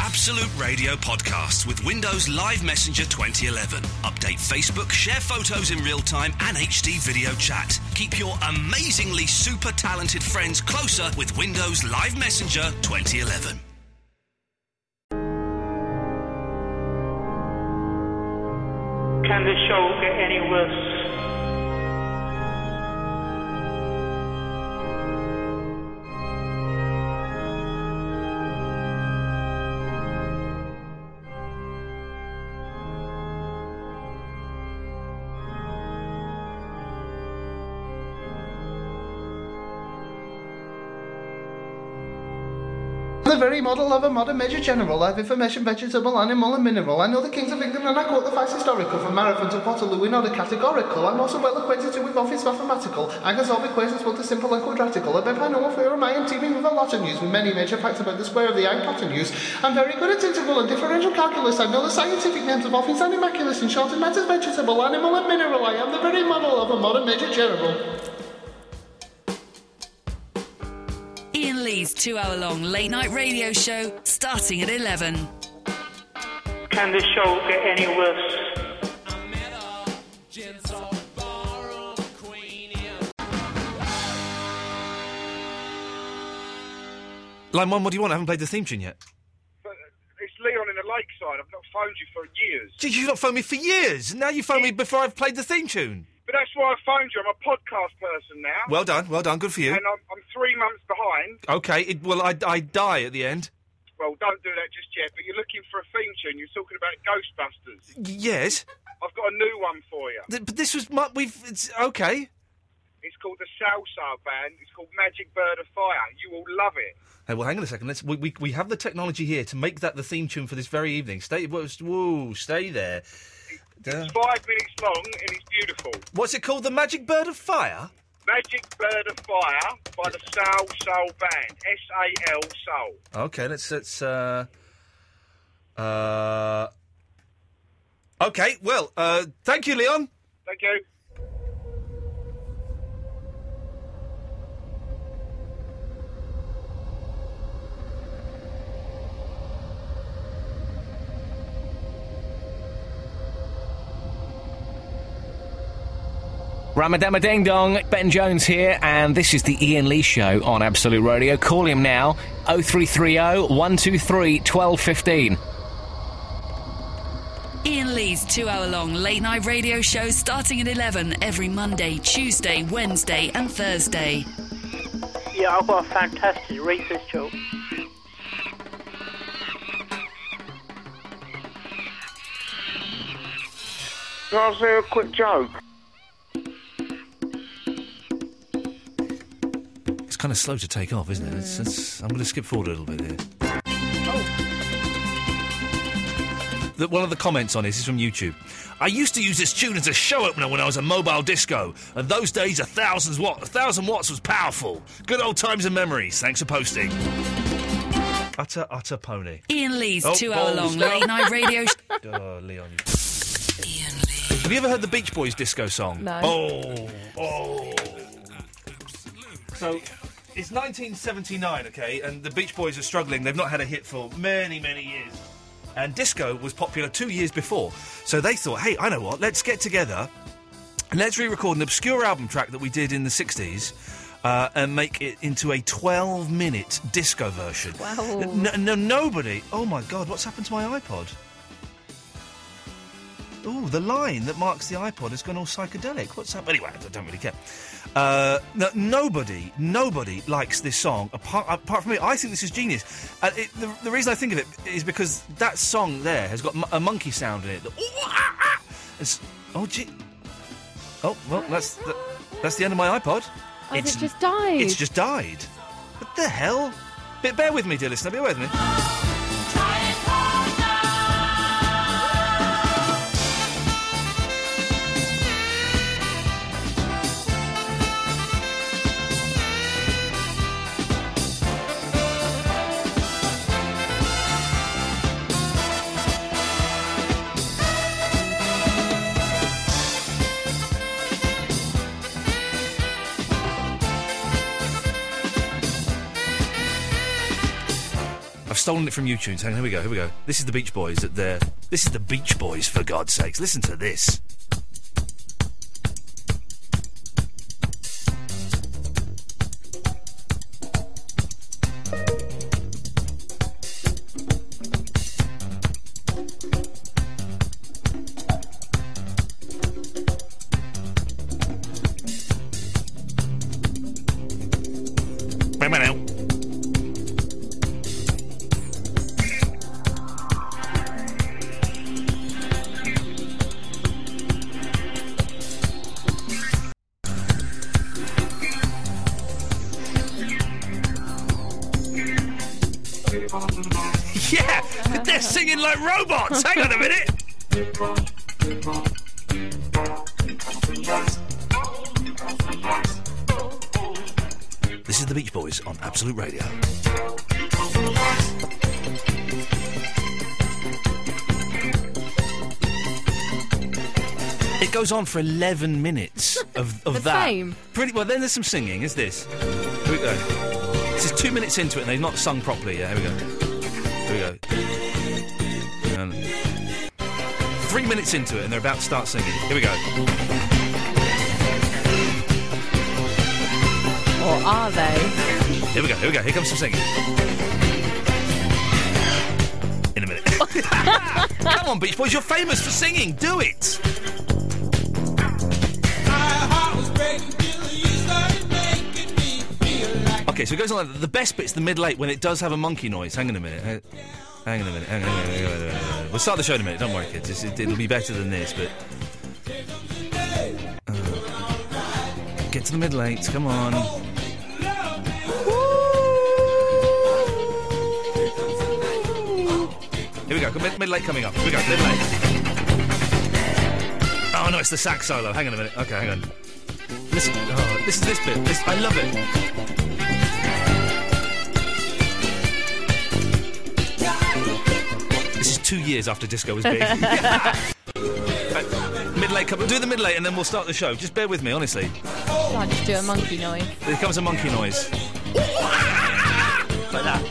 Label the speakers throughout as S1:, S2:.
S1: Absolute Radio podcasts with Windows Live Messenger 2011. Update Facebook, share photos in real time, and HD video chat. Keep your amazingly super talented friends closer with Windows Live Messenger 2011.
S2: Can the show get any worse?
S3: The very model of a modern major general, I've information vegetable, animal, and mineral. I know the kings of England, and I quote the facts historical from Marathon to Waterloo in order categorical. I'm also well acquainted too with office mathematical. I can solve equations both to simple and quadratical. I bet I know what theorem I am teeming with a lot of news, with many major facts about the square of the hypotenuse. I'm very good at integral and differential calculus. I know the scientific names of office and immaculus. In short, it matters vegetable, animal, and mineral. I am the very model of a modern major general.
S4: Ian Lee's two hour long late night radio show starting at 11.
S2: Can the show get any worse?
S5: Line one, what do you want? I haven't played the theme tune yet.
S6: But it's Leon in the lakeside. I've not phoned you for years.
S5: Gee, you've not phoned me for years. Now you phone me before I've played the theme tune.
S6: But that's why I phoned you. I'm a podcast person now.
S5: Well done, well done, good for you.
S6: And I'm, I'm three months behind.
S5: Okay, it, well, I, I die at the end.
S6: Well, don't do that just yet. But you're looking for a theme tune. You're talking about Ghostbusters.
S5: Y- Yes,
S6: I've got a new one for you.
S5: Th- but this was my. We've. It's, okay.
S6: It's called the Salsa Band. It's called Magic Bird of Fire. You will love it.
S5: Hey, Uh, well, hang on a second. Let's. We, we, we have the technology here to make that the theme tune for this very evening. Stay. whoa, s- Whoa, stay there. Duh.
S6: It's five minutes long and it's beautiful.
S5: What's it called? The Magic Bird of Fire.
S6: Magic Bird of Fire by the Soul Soul Band. S A L Soul.
S5: Okay, let's let's uh uh Okay, well, uh thank you, Leon.
S6: Thank you.
S7: Ramadama Ding Dong, Ben Jones here, and this is the Ian Lee Show on Absolute Radio. Call him now, 0330 123 1215.
S4: Ian Lee's two hour long late night radio show starting at 11 every Monday, Tuesday, Wednesday, and Thursday.
S8: Yeah, I've got a fantastic racist joke.
S6: Can I say a quick joke?
S5: It's kind of slow to take off, isn't it? It's, it's, I'm going to skip forward a little bit here. That one of the comments on this is from YouTube. I used to use this tune as a show opener when I was a mobile disco, and those days a thousand watt, a thousand watts was powerful. Good old times and memories. Thanks for posting. Utter, utter pony.
S4: Ian Lee's
S5: Oh,
S4: two hour long
S5: balls.
S4: late night radio show.
S5: Oh, Leon. you- Have you ever heard the Beach Boys disco song?
S9: No.
S5: Oh, oh. So it's 1979, okay, and the Beach Boys are struggling. They've not had a hit for many, many years. And disco was popular two years before. So they thought, hey, I know what, let's get together and let's re record an obscure album track that we did in the 60s. Uh, and make it into a 12 minute disco version.
S9: Wow.
S5: No, no, nobody. Oh my god, what's happened to my iPod? Ooh, the line that marks the iPod has gone all psychedelic. What's up? Anyway, I don't really care. Uh, no, nobody, nobody likes this song apart, apart from me. I think this is genius. And it, the, the reason I think of it is because that song there has got m- a monkey sound in it. The, ooh, ah, ah. It's- oh, gee. Oh, well, that's the, that's the end of my iPod.
S9: Oh, it just died.
S5: It's just died. What the hell? Bit, bear with me, dear listener. Bear with me. I've stolen it from YouTube. Hang on, here we go, here we go. This is the Beach Boys at their. This is the Beach Boys, for God's sakes. Listen to this. Wait a minute. Yeah, they're singing like robots. Hang on a minute. This is the Beach Boys on Absolute Radio. It goes on for 11 minutes of, of
S9: The
S5: that.
S9: fame.
S5: Pretty well. Then there's some singing. Is this? Here we go. This is two minutes into it, and they've not sung properly. Yeah, here we go. Here we go. And three minutes into it, and they're about to start singing. Here we go.
S9: Or are they?
S5: Here we go. Here we go. Here comes some singing. In a minute. Come on, Beach Boys. You're famous for singing. Do it. Okay, so it goes on like that. The best bit's the mid late when it does have a monkey noise. Hang on a minute. Hang- Hang on a minute. Hang on a minute. Hang on a minute. Hang on a minute. We'll start the show in a minute. Don't worry, kids. It's, it, it'll be better than this, but. Uh, get to the mid late. Come on. Here we go. Mid, mid late coming up. Here we go. Mid late. Oh no, it's the sax solo. Hang on a minute. Okay, hang on. Listen. Oh, this is this bit. This, I love it. This is two years after disco was big. mid late coming. Do the mid late and then we'll start the show. Just bear with me, honestly.
S9: I just do a monkey noise.
S5: Here comes a monkey noise. like that.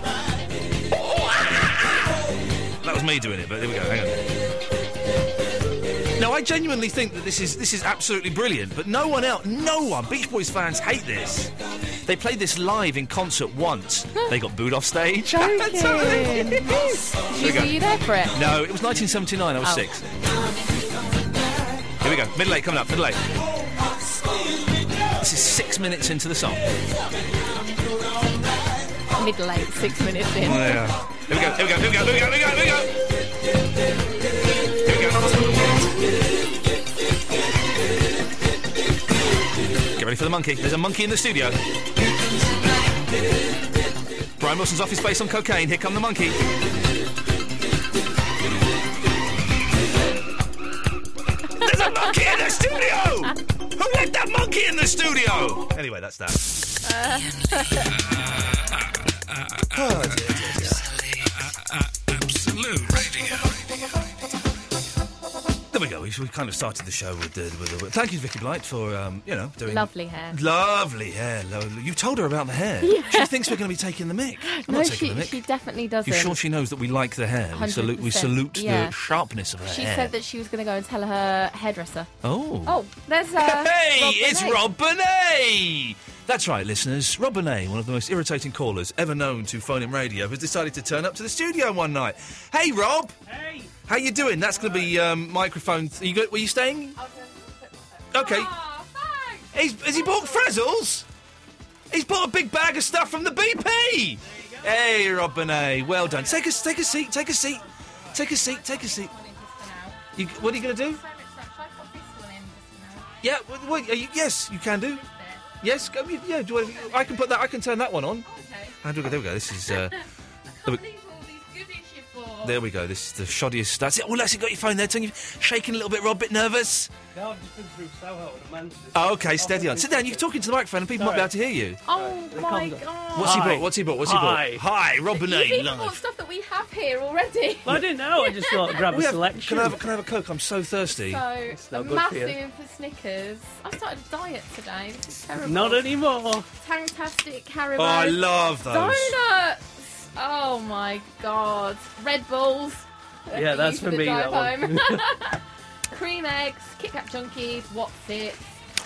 S5: That was me doing it, but there we go. Hang on. No, I genuinely think that this is this is absolutely brilliant, but no one else, no one, Beach Boys fans hate this. They played this live in concert once. they got booed off stage. That's how it
S9: Joking.
S5: is. Here we go.
S9: Were you there for it?
S5: No, it was 1979. I was
S9: Oh.
S5: six. Here we go. Middle eight coming up. Middle eight. This is six minutes into the song.
S9: Mid late, six minutes in.
S5: Yeah. Here we go, here we go, here we go, here we go, here we go, here we go. Get ready for the monkey. There's a monkey in the studio. Brian Wilson's off his face on cocaine. Here come the monkey. There's a monkey in the studio! Who let that monkey in the studio? Anyway, that's that. Oh, dear, dear, dear.
S1: Absolute Radio.
S5: There we go. We, we kind of started the show with the. With the thank you, Vicky Blight, for um, you know doing
S9: Lovely hair.
S5: Lovely hair. Lo- you told her about the hair.
S9: Yeah.
S5: She thinks we're going to be taking the mic. I'm
S9: no,
S5: not taking
S9: she,
S5: the mic.
S9: she definitely doesn't.
S5: You're sure she knows that we like the hair? We salute. We
S9: 100%,
S5: salute
S9: yeah.
S5: the sharpness of her
S9: She
S5: hair.
S9: said that she was going to go and tell her hairdresser.
S5: Oh.
S9: Oh, there's uh,
S5: Hey,
S9: Rob
S5: it's
S9: Bonet.
S5: Rob Bonet. That's right, listeners. Rob Bonet, one of the most irritating callers ever known to phone in radio, has decided to turn up to the studio one night. Hey, Rob. Hey. How you doing? That's going to be um, microphone. Th- you go- were you staying? Okay. He's, has he bought Frazzles? He's bought a big bag of stuff from the BP. Hey, Rob Bonet. Well done. Take a take a seat. Take a seat. Take a seat. Take a seat. You, what are you going to do? Yeah, w w- are you, yes, you can do. Yes, go, you- yeah, do whatever. you- I can put that. I can turn that one on. And there we go. There we go. This is. Uh, there, we, there we go. This is the shoddiest. That's it. Oh, Leslie, got your phone there. Turn your, shaking a little bit, Rob. Bit nervous.
S10: No, I've just been through Soho and Manchester.
S5: Oh, okay, steady on. Sit down. You're talking to the microphone, and people might be able to hear you.
S9: Oh my god.
S5: What's he bought? What's he bought? What's he
S10: Hi.
S5: bought? Hi, Rob
S9: You've
S5: Bonet
S9: even
S5: live.
S9: bought stuff that we have here already.
S10: Well, I didn't know. I just thought I'd grab a
S5: We have-
S10: selection.
S5: Can I, have, a- can I have a coke? I'm so thirsty.
S9: So, a
S10: not good for you.
S9: massive for Snickers. I started a diet today. This is terrible.
S10: Not anymore.
S9: Tantastic Haribo.
S5: Oh, I love those.
S9: Donuts. Oh my god. Red Bulls.
S10: Yeah, that's for
S9: the
S10: me,
S9: drive
S10: that one.
S9: home. Cream eggs, Kit Kat Junkies, What's It,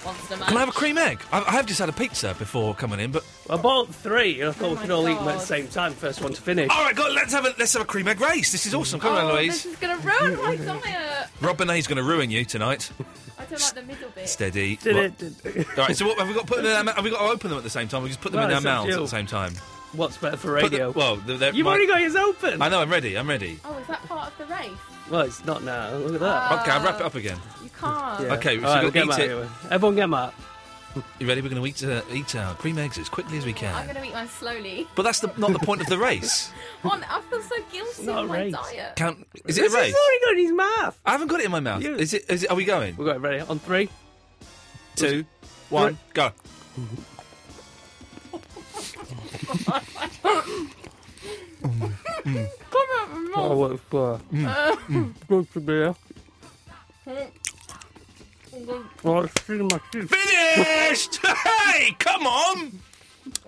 S9: Monster Mash.
S5: Can I have a cream egg? I, I have just had a pizza before coming in, but
S10: I bought three, and I thought we
S9: Oh my
S10: could all eat them at
S9: God.
S10: the same time. First one to finish.
S5: All right, go. Let's have a let's have a cream egg race. This is awesome. Come on,
S9: Oh,
S5: Louise.
S9: this is going to ruin my diet.
S5: Rob Benet's going to ruin you tonight.
S9: I don't like the middle bit.
S5: Steady.
S10: Did
S5: What-
S10: it, did
S5: All right. So what have we got? Put them in our, ma- have we got to open them at the same time? We just put them
S10: Well,
S5: in our
S10: it's up to
S5: mouths at
S10: you.
S5: the same time.
S10: What's better for
S5: Put the-
S10: radio?
S5: well, they're- they're-
S10: you've
S5: my-
S10: already got yours open.
S5: I know. I'm ready. I'm ready.
S9: Oh, is that part of the race?
S10: Well, it's not now. Look at that.
S5: Uh, okay, I'll wrap it up again.
S9: You can't.
S10: Yeah.
S5: Okay, so
S10: All right,
S5: we'll
S10: get 'em
S5: eat
S10: out
S5: it.
S10: anyway. Everyone get 'em out.
S5: You ready? We're going to eat uh, eat our cream eggs as quickly as we
S9: I'm
S5: can.
S9: going to eat mine slowly.
S5: But that's the, not the point of the race.
S9: On, I feel so guilty
S10: not
S9: on
S10: a
S9: my
S10: race.
S9: diet.
S5: Count. Is it
S10: This
S5: a race?
S10: He's already got it in his mouth.
S5: I haven't got it in my mouth.
S10: You-
S5: Is it? Is it? Are we going?
S10: We've got it ready. On three.
S5: Two, one, go.
S9: Come on, Mum.
S10: Oh, what's better? Good for beer. Oh, it's in my teeth.
S5: Finished! hey, come on!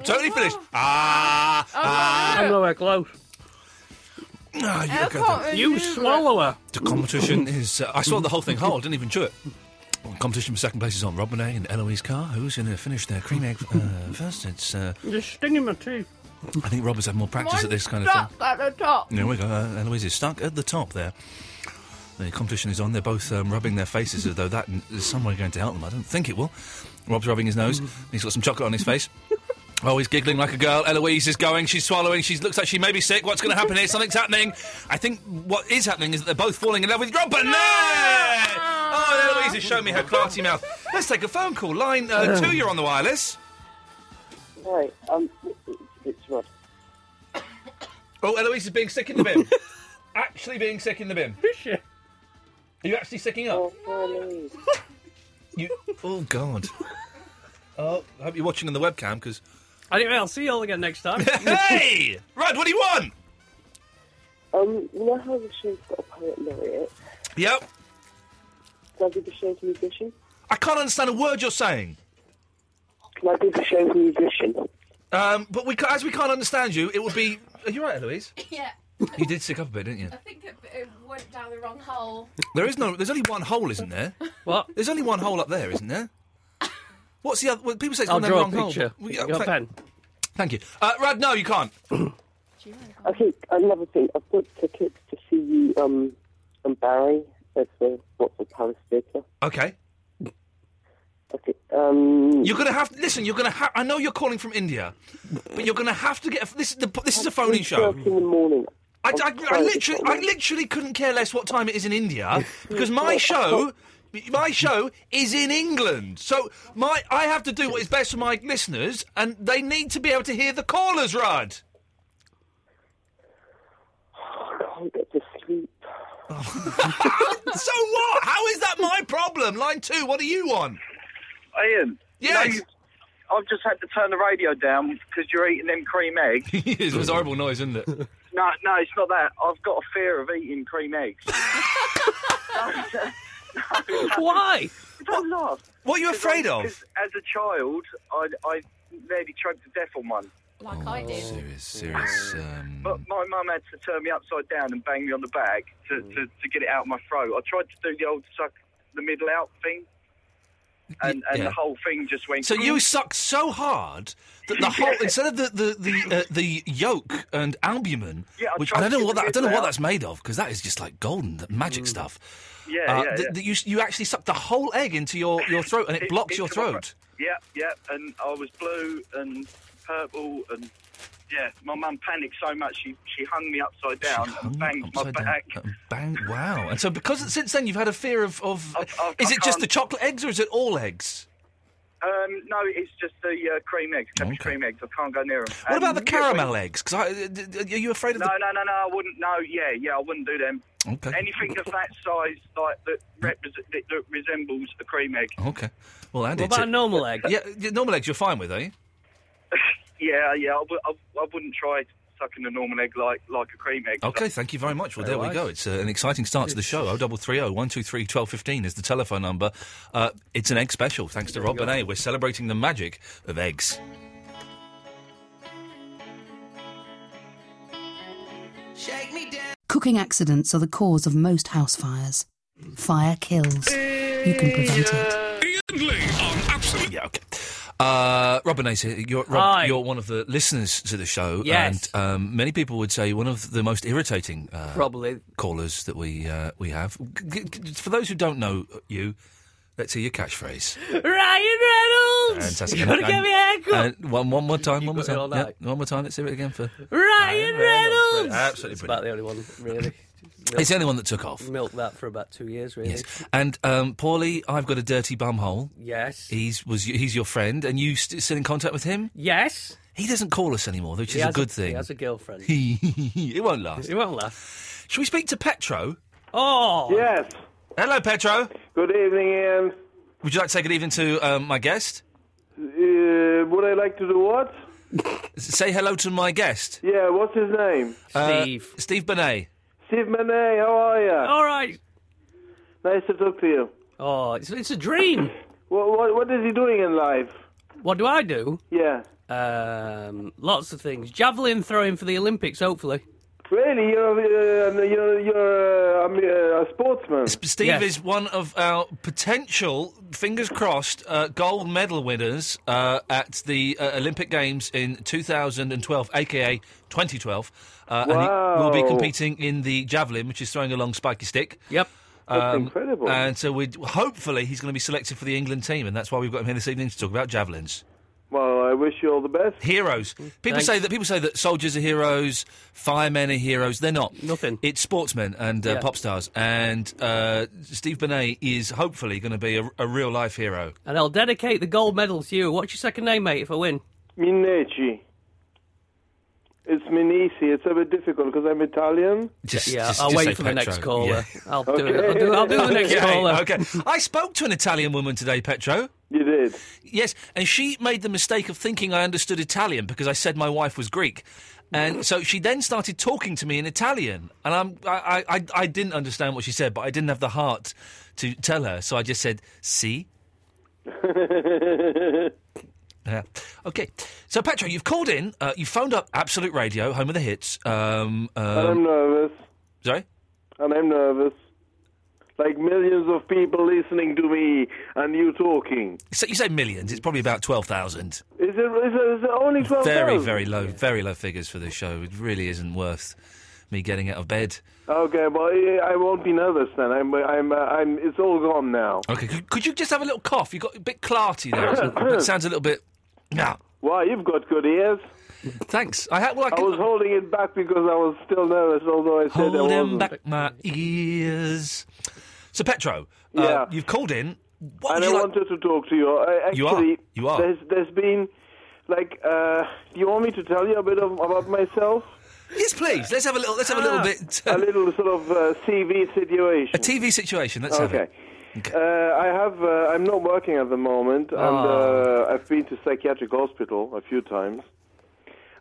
S5: Totally finished. Ah, ah.
S10: Oh. I'm nowhere close.
S5: Ah, you
S9: I
S5: look at that.
S9: can't
S10: You
S9: remember.
S10: swallower.
S5: The competition is. Uh, I swallowed the whole thing whole. I didn't even chew it. Competition for second place is on Rob Monet and Eloise Carr. Who's going to finish their cream egg uh, first? It's. Uh,
S10: Just stinging my teeth.
S5: I think Rob has had more practice at this kind of thing.
S9: Stuck at the top.
S5: There we go. Uh, Eloise is stuck at the top there. The competition is on. They're both um, rubbing their faces as though that n- is some way going to help them. I don't think it will. Rob's rubbing his nose. He's got some chocolate on his face. Oh, he's giggling like a girl. Eloise is going. She's swallowing. She looks like she may be sick. What's going to happen here? Something's happening. I think what is happening is that they're both falling in love with Rob Burnett. Oh, Eloise has shown me her clarty mouth. Let's take a phone call. Line uh, two, you're on the wireless.
S8: Right, um, it's, it's Rod.
S5: Oh, Eloise is being sick in the bin. actually being sick in the bin.
S10: Is she?
S5: Are you actually sicking up?
S8: Oh, poor Louise.
S5: You. Oh God. Oh, I hope you're watching on the webcam because.
S10: Anyway, I'll see you all again next time.
S5: Hey, Rod, what do you want?
S8: Um, you know how the show's got a poet laureate?
S5: Yep.
S8: Can I be the show's musician?
S5: I can't understand a word you're saying.
S8: Can I be the show's musician?
S5: Um, but we, ca- as we can't understand you, it would be. Are you right, Eloise?
S9: Yeah,
S5: You did sick up a bit, didn't you?
S9: I think it, it went down the wrong hole.
S5: There is no. There's only one hole, isn't there?
S10: What?
S5: There's only one hole up there, isn't there? What's the other? Well, people say it's
S10: I'll
S5: one of
S10: draw a
S5: the wrong
S10: picture.
S5: Hole.
S10: You got a
S5: thank-
S10: pen.
S5: Thank you, uh, Rod. No, you can't.
S8: Okay, another thing. I've got tickets to see you, um, and Barry at the Watford Palace Theatre.
S5: Okay.
S8: Okay, um,
S5: You're gonna have listen. You're gonna have. I know you're calling from India, but you're gonna have to get. This is the. This is a phone-in show.
S8: 3:30 in the morning.
S5: I,
S8: I'm
S5: I- I
S8: sorry,
S5: literally, I literally couldn't care less what time it is in India because my show, my show is in England. So my, I have to do what is best for my listeners, and they need to be able to hear the callers, Rod.
S8: I can't get to sleep.
S5: so what? How is that my problem? Line two. What do you want?
S11: Ian.
S5: Yes.
S11: you know, I've just had to turn the radio down because you're eating them cream eggs.
S5: it was horrible noise, isn't it?
S11: No, no, it's not that. I've got a fear of eating cream eggs.
S10: Why?
S11: Don't laugh.
S5: What are you afraid of?
S11: 'Cause As a child, I, I nearly choked to death on one.
S9: Like I do.
S5: Serious, serious. Um...
S11: But my mum had to turn me upside down and bang me on the bag
S5: Oh.
S11: to, to, to get it out of my throat. I tried to do the old suck the middle out thing, and, and
S5: yeah.
S11: the whole thing just went.
S5: So you sucked so hard that the whole instead of the the the, uh, the yolk and albumin,
S11: Yeah, I
S5: which
S11: tried
S5: I don't
S11: to
S5: know
S11: get
S5: what
S11: the
S5: that, I don't know
S11: bits
S5: what
S11: out.
S5: that's made of because that is just like golden that magic stuff.
S11: Mm. Yeah,
S5: uh,
S11: yeah,
S5: th-
S11: yeah.
S5: th- you s- you actually sucked the whole egg into your your throat and it,
S11: It-
S5: blocks
S11: it
S5: your
S11: got my-
S5: throat.
S11: Yeah, yeah, and I was blue and purple and yeah, my mum panicked so much she, she hung me upside down and banged my
S5: Upside down.
S11: back.
S5: Uh, Bang! Wow! And so because since then you've had a fear of of
S11: I've- I've-
S5: is
S11: I
S5: it just the
S11: can't-
S5: chocolate eggs or is it all eggs?
S11: Um, no, it's just the uh, cream eggs, Cadbury
S5: Okay.
S11: cream eggs. I can't go near them.
S5: What about the caramel eggs? Because are you afraid of
S11: No, no, no, no. I wouldn't. No, yeah, yeah, I wouldn't do them.
S5: the? Okay.
S11: Anything of that size, like that, repres- that, that resembles a cream egg.
S5: Okay. Well, Andy.
S10: What about a normal egg?
S5: yeah, yeah, normal eggs you're fine with, are you?
S11: Yeah, yeah. I w- I, w- I wouldn't try sucking a normal egg like like a cream egg.
S5: Okay, thank you very much. Well, there we
S10: Otherwise-
S5: go. It's uh, an exciting start to the show. 0330 123 1215 is the telephone number. Uh, it's an egg special, thanks to Rob Benet. We're celebrating the magic of eggs.
S12: Cooking accidents are the cause of most house fires. Fire kills. You can prevent it.
S5: Absolutely. Yeah, okay. Uh, Robin Ace, here. you're, Rob,
S10: Hi.
S5: you're one of the listeners to the show.
S10: Yes.
S5: And um, many people would say one of the most irritating uh,
S10: Probably.
S5: callers that we uh, we have. G- g- g- For those who don't know you, let's hear your catchphrase.
S10: Ryan Reynolds!
S5: Fantastic.
S10: You're gonna
S5: And-
S10: get me a haircut!
S5: and one, one more time, one more
S10: got me
S5: time.
S10: all
S5: Yeah,
S10: night.
S5: one more time, let's hear it again for.
S10: Ryan Reynolds!
S5: Absolutely
S10: It's about the only one, really.
S5: It's the only one that took off.
S10: Milked that for about two years, really.
S5: Yes. And um, Paulie, I've got a dirty bum hole.
S10: Yes.
S5: He's was he's your friend, and you st- still in contact with him?
S10: Yes.
S5: He doesn't call us anymore, which
S10: He
S5: is a
S10: has
S5: good thing.
S10: He has a girlfriend.
S5: it won't last.
S10: It won't last.
S5: Shall we speak to Petro?
S10: Oh.
S13: Yes.
S5: Hello, Petro.
S13: Good evening, Ian.
S5: Would you like to say good evening to um, my guest?
S13: Uh, would I like to do what?
S5: Say hello to my guest,
S13: Yeah, what's his name?
S5: Uh, Steve Bonet.
S13: Steve Manet, how are you?
S10: All right.
S13: Nice to talk to you.
S10: Oh, it's, it's a dream.
S13: what, what, what is he doing in life?
S10: What do I do?
S13: Yeah.
S10: Um, lots of things. Javelin throwing for the Olympics, hopefully.
S13: Really, you're uh, you're you're uh, um, uh, a sportsman.
S5: Steve is one of our potential, fingers crossed, uh, gold medal winners uh, at the uh, Olympic Games in 2012, aka 2012. Uh, And he will be
S13: Wow.
S5: competing in the javelin, which is throwing a long spiky stick. Um,
S10: Yep.
S13: That's incredible.
S5: And so we hopefully he's going to be selected for the England team, and that's why we've got him here this evening to talk about javelins.
S13: Well, I wish you all the best.
S5: Heroes. People say that people say that soldiers are heroes, firemen are heroes. They're not. Nothing. It's sportsmen and uh,
S10: Yeah.
S5: pop stars. And uh, Steve Bonet is hopefully going to be a, a real life hero.
S10: And I'll dedicate the gold medal to you. What's your second name, mate, if I win?
S13: Mineci. It's Minisi. It's a bit difficult because I'm Italian.
S10: yeah, Uh, I'll wait for the next caller. I'll do it. I'll do, I'll do the next
S5: Okay,
S10: caller.
S5: Okay. I spoke to an Italian woman today, Petro.
S13: You did?
S5: Yes, and she made the mistake of thinking I understood Italian because I said my wife was Greek. And so she then started talking to me in Italian. And I'm, I, I, I- I didn't understand what she said, but I didn't have the heart to tell her. So I just said, see? Yeah. Okay. So, Petro, you've called in. Uh, you phoned up Absolute Radio, home of the hits. Um, um,
S13: I'm nervous.
S5: Sorry?
S13: And I'm nervous. Like millions of people listening to me and you talking.
S5: So you say millions. It's probably about 12,000.
S13: Is it, is it, is it only 12
S5: Very, very low, very low figures for this show. It really isn't worth me getting out of bed.
S13: Okay, well, I- I won't be nervous then. I'm, I'm, uh, I'm, it's all gone now.
S5: Okay, could, could you just have a little cough? You got a bit clarty there. It's- it sounds a little bit. No.
S13: Why, you've got good ears.
S5: Thanks. I, ha- well, I, can-
S13: was holding it back because I was still nervous, although I said I
S5: Hold
S13: wasn't.
S5: them back my ears. So, Petro, uh,
S13: Yeah.
S5: you've called in. What
S13: and
S5: would
S13: I
S5: you like-
S13: wanted to talk to you. I,
S5: You are.
S13: actually,
S5: You are.
S13: There's, there's been, like, uh, do you want me to tell you a bit of, about myself? Ah,
S5: Yes, please. Let's have a little. Let's have a little bit.
S13: a little sort of uh, CV situation. A
S5: TV situation. Let's have
S13: okay.
S5: it.
S13: Uh, I have. Uh, I'm not working at the moment,
S5: Ah.
S13: and uh, I've been to psychiatric hospital a few times.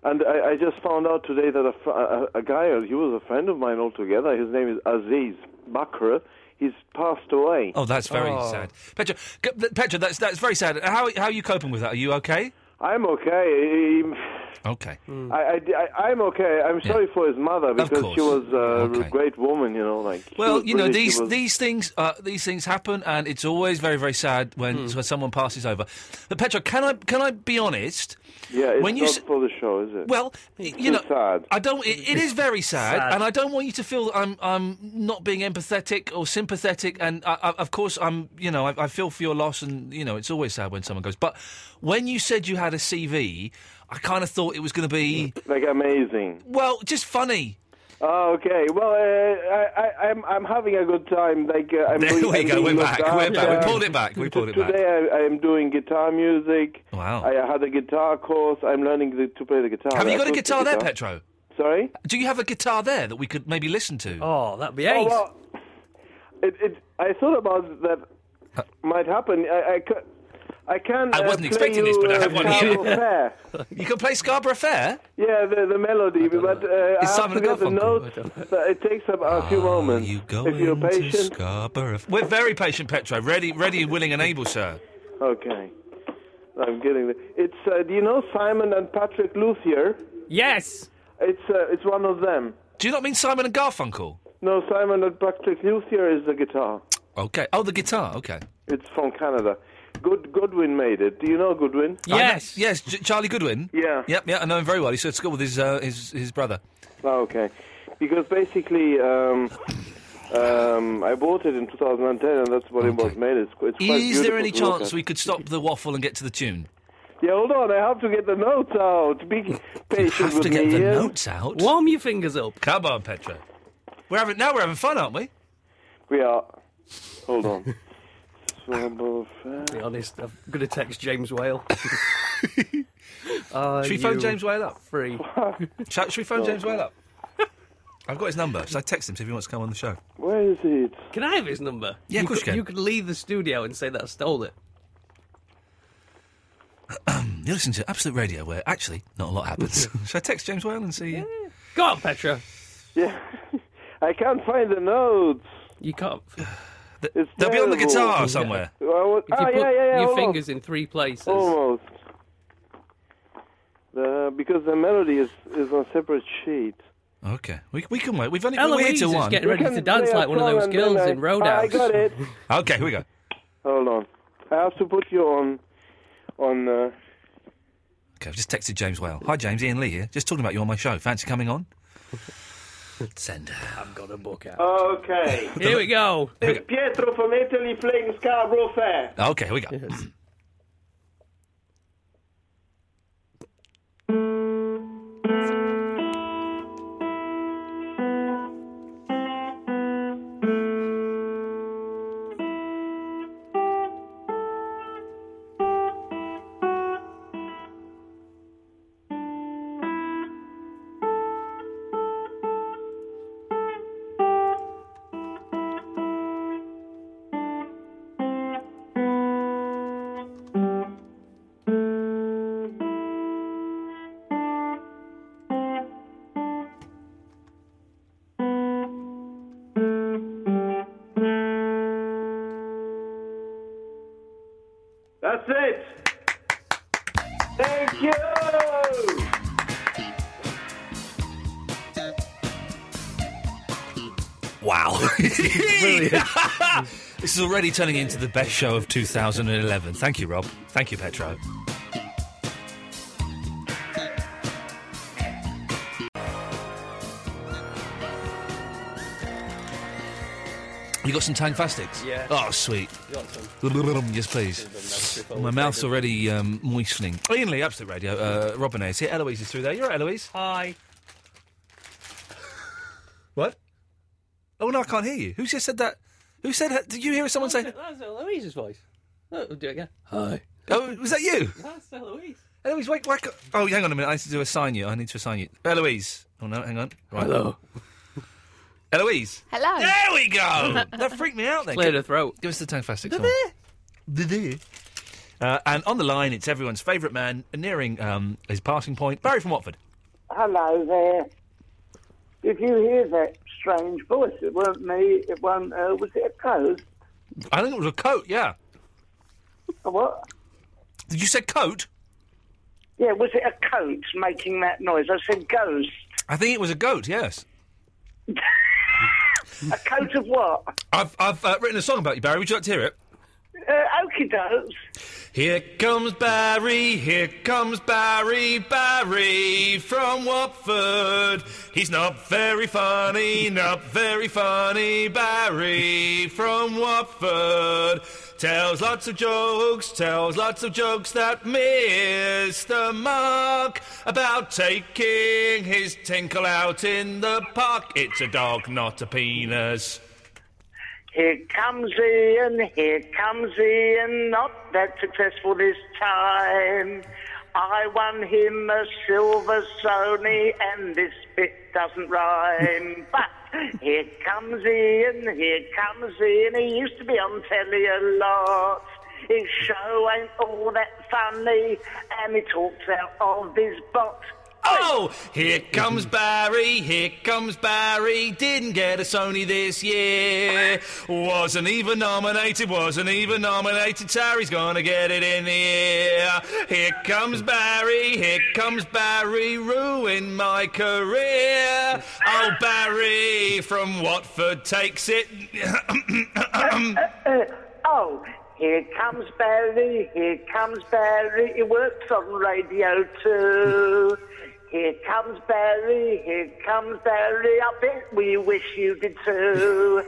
S13: And I, I just found out today that a, fr- a, a guy, he was a friend of mine altogether. His name is Aziz Bakr. He's passed away.
S5: Oh, that's very sad. Petra, g- th- Petra, that's that's very sad. How how are you coping with that? Are you okay?
S13: I'm okay. Um,
S5: Okay.
S13: I, am okay. I'm sorry for his mother because she was uh, a great woman, you know. Like she
S5: Well,
S13: was
S5: you know
S13: brilliant. She
S5: these
S13: was-
S5: these things uh, these things happen, and it's always very very sad when, when someone passes over. But Petra, can I can I be honest?
S13: Yeah, it's
S5: when you
S13: not
S5: s-
S13: for the show, is it?
S5: Well, you know,
S13: sad.
S5: I don't. It, it is very sad,
S13: Sad.
S5: and I don't want you to feel that I'm I'm not being empathetic or sympathetic. And I, I, of course, I'm. You know, I, I feel for your loss, and you know, it's always sad when someone goes. But when you said you had a CV, I kind of thought it was going to be
S13: like amazing.
S5: Well, just funny.
S13: Oh, okay. Well, uh, I, I, I'm I'm having a good time. Like uh, I'm
S5: There
S13: doing,
S5: we
S13: I'm
S5: go,
S13: doing
S5: we're
S13: good
S5: back, we're
S13: dance,
S5: back, we
S13: uh,
S5: pulled it back, we
S13: t-
S5: pulled it
S13: today
S5: back.
S13: I, I am doing guitar music.
S5: Wow.
S13: I had a guitar course. I'm learning the, to play the guitar.
S5: Have you
S13: the
S5: got a
S13: acoustic
S5: guitar there, Petro?
S13: Sorry.
S5: Do you have a guitar there that we could maybe listen to?
S10: Oh, that'd be
S13: Oh, well, it, it, I thought about that might happen. I, I, ca- I can.
S5: I
S13: uh,
S5: wasn't
S13: play
S5: expecting
S13: you,
S5: this, but I
S13: uh,
S5: have one
S13: Scarborough
S5: here.
S13: Fair.
S5: You can play Scarborough Fair.
S13: Yeah, the, the melody, but uh, I
S5: It's
S13: have
S5: Simon
S13: to
S5: and
S13: get the
S5: Garfunkel. Ah,
S13: notes. but It takes up a few moments. if you're patient.
S5: Scarborough. We're very patient, Petro. Ready, ready, willing, and able, sir.
S13: Okay. I'm getting it. It's uh, do you know Simon and Patrick Luthier?
S10: Yes.
S13: It's uh, it's one of them.
S5: Do you not mean Simon and Garfunkel?
S13: No, Simon at Bucklick Luthier is the guitar.
S5: Okay. Oh, the guitar. Okay.
S13: It's from Canada. Good Goodwin made it. Do you know Goodwin?
S5: I know- yes, J- Charlie Goodwin.
S13: Yeah.
S5: Yep. Yeah, I know him very well. He at school with his uh, his his brother.
S13: Oh, okay. Because basically, um, um, I bought it in 2010, and that's what it was made. It's, it's quite
S5: Is there
S13: beautiful
S5: any
S13: to look
S5: chance
S13: at.
S5: we could stop the waffle and get to the tune?
S13: Yeah, hold on. I have to get the notes out. Be patient
S5: Have
S13: with
S5: to get
S13: me.
S5: the
S13: Ian.
S5: notes out. Warm your fingers up. Come on, Petra. We're having now. We're having fun, aren't we?
S13: We are. Hold on. Swabble
S10: Be honest, I'm going to text James Whale.
S5: Should we phone
S10: you
S5: James Whale up?
S10: Free.
S5: Shall, should we phone
S10: No.
S5: James Whale up? I've got his number. Should I text him see if he wants to come on the show?
S13: Where is it?
S10: Can I have his number?
S5: Yeah, of
S10: you
S5: course
S10: could,
S5: you can.
S10: You could leave the studio and say that I stole it.
S5: Hmm, You listen to Absolute Radio, where actually not a lot happens. Should I text James Whale and see?
S10: Go on, Petra.
S13: Yeah. I can't find the notes.
S10: You can't.
S13: It's
S5: they'll be on the
S13: terrible.
S5: guitar somewhere.
S13: Yeah. Well, I was-
S10: If you
S13: ah,
S10: put
S13: yeah, yeah, yeah,
S10: your
S13: hold on.
S10: fingers in three places.
S13: Almost. The, because the melody is, is on a separate sheet.
S5: Okay, we, we can wait. We've only we're here
S10: Eloise
S5: till
S10: is
S5: one.
S10: getting ready to dance
S13: play a
S10: like one of those
S13: song and
S10: girls
S13: then
S10: in
S13: I-
S10: Roadhouse.
S13: I got it.
S5: okay, here we go.
S13: Hold on. I have to put you on. on. Uh,
S5: Okay, I've just texted James Whale. Hi, James. Ian Lee here. Just talking about you on my show. Fancy coming on? Send. I've got a book out.
S14: Okay.
S5: Here we go.
S14: It's Pietro from Italy playing Scarborough Fair.
S5: Okay, here we go.
S14: That's it. Thank you.
S5: Wow. this is already turning into the best show of 2011. Thank you, Rob. Thank you, Petro. You got some Tang Fastics?
S10: Yeah.
S5: Oh, sweet.
S10: Got some.
S5: Yes, please. My mouth's already um, moistening. Ian Lee, Absolute Radio. Uh, Robin A is here. Eloise is through there. You're right, Eloise.
S10: Hi.
S5: What? Oh, no, I can't hear you. Who just said that? Who said that? Did you hear someone say,
S10: That was Eloise's voice. No, Oh, we'll do it again.
S5: Hi. Oh, was that you?
S10: That's Eloise.
S5: Eloise, wait, wait. Oh, hang on a minute. I need to assign you. I need to assign you. Eloise. Oh, no, hang on. Right. Hello. Eloise.
S15: Hello.
S5: There we go. that freaked me out then.
S10: Clear the
S5: throat. Give us the tongue fastic song. Uh, and on the line, it's everyone's favourite man, nearing um, his passing point, Barry from Watford.
S16: Hello there. If you hear that strange voice, it weren't me. It wasn't. Uh, was it a coat?
S5: I think it was a coat, yeah.
S16: A what?
S5: Did you say coat?
S16: Yeah, was it a coat making that noise? I said ghost.
S5: I think it was a goat, yes.
S16: A coat of what?
S5: I've, I've uh, written a song about you, Barry. Would you like to hear it?
S16: Uh, Okie dokes.
S5: Here comes Barry, here comes Barry, Barry from Watford. He's not very funny, not very funny, Barry from Watford. Tells lots of jokes, tells lots of jokes that miss the mark about taking his tinkle out in the park. It's a dog, not a penis.
S16: Here comes Ian, here comes Ian, not that successful this time. I won him a silver Sony and this bit doesn't rhyme. but here comes Ian, here comes Ian, he used to be on telly a lot. His show ain't all that funny and he talks out of his box.
S5: Oh! Here comes Barry, here comes Barry. Didn't get a Sony this year. Wasn't even nominated, wasn't even nominated. Terry's gonna get it in the ear. Here comes Barry, here comes Barry. Ruined my career. Oh, Barry from Watford takes it.
S16: Oh, here comes Barry, here comes Barry, he works on Radio 2. Here comes Barry, here comes Barry, I bet we wish you did too.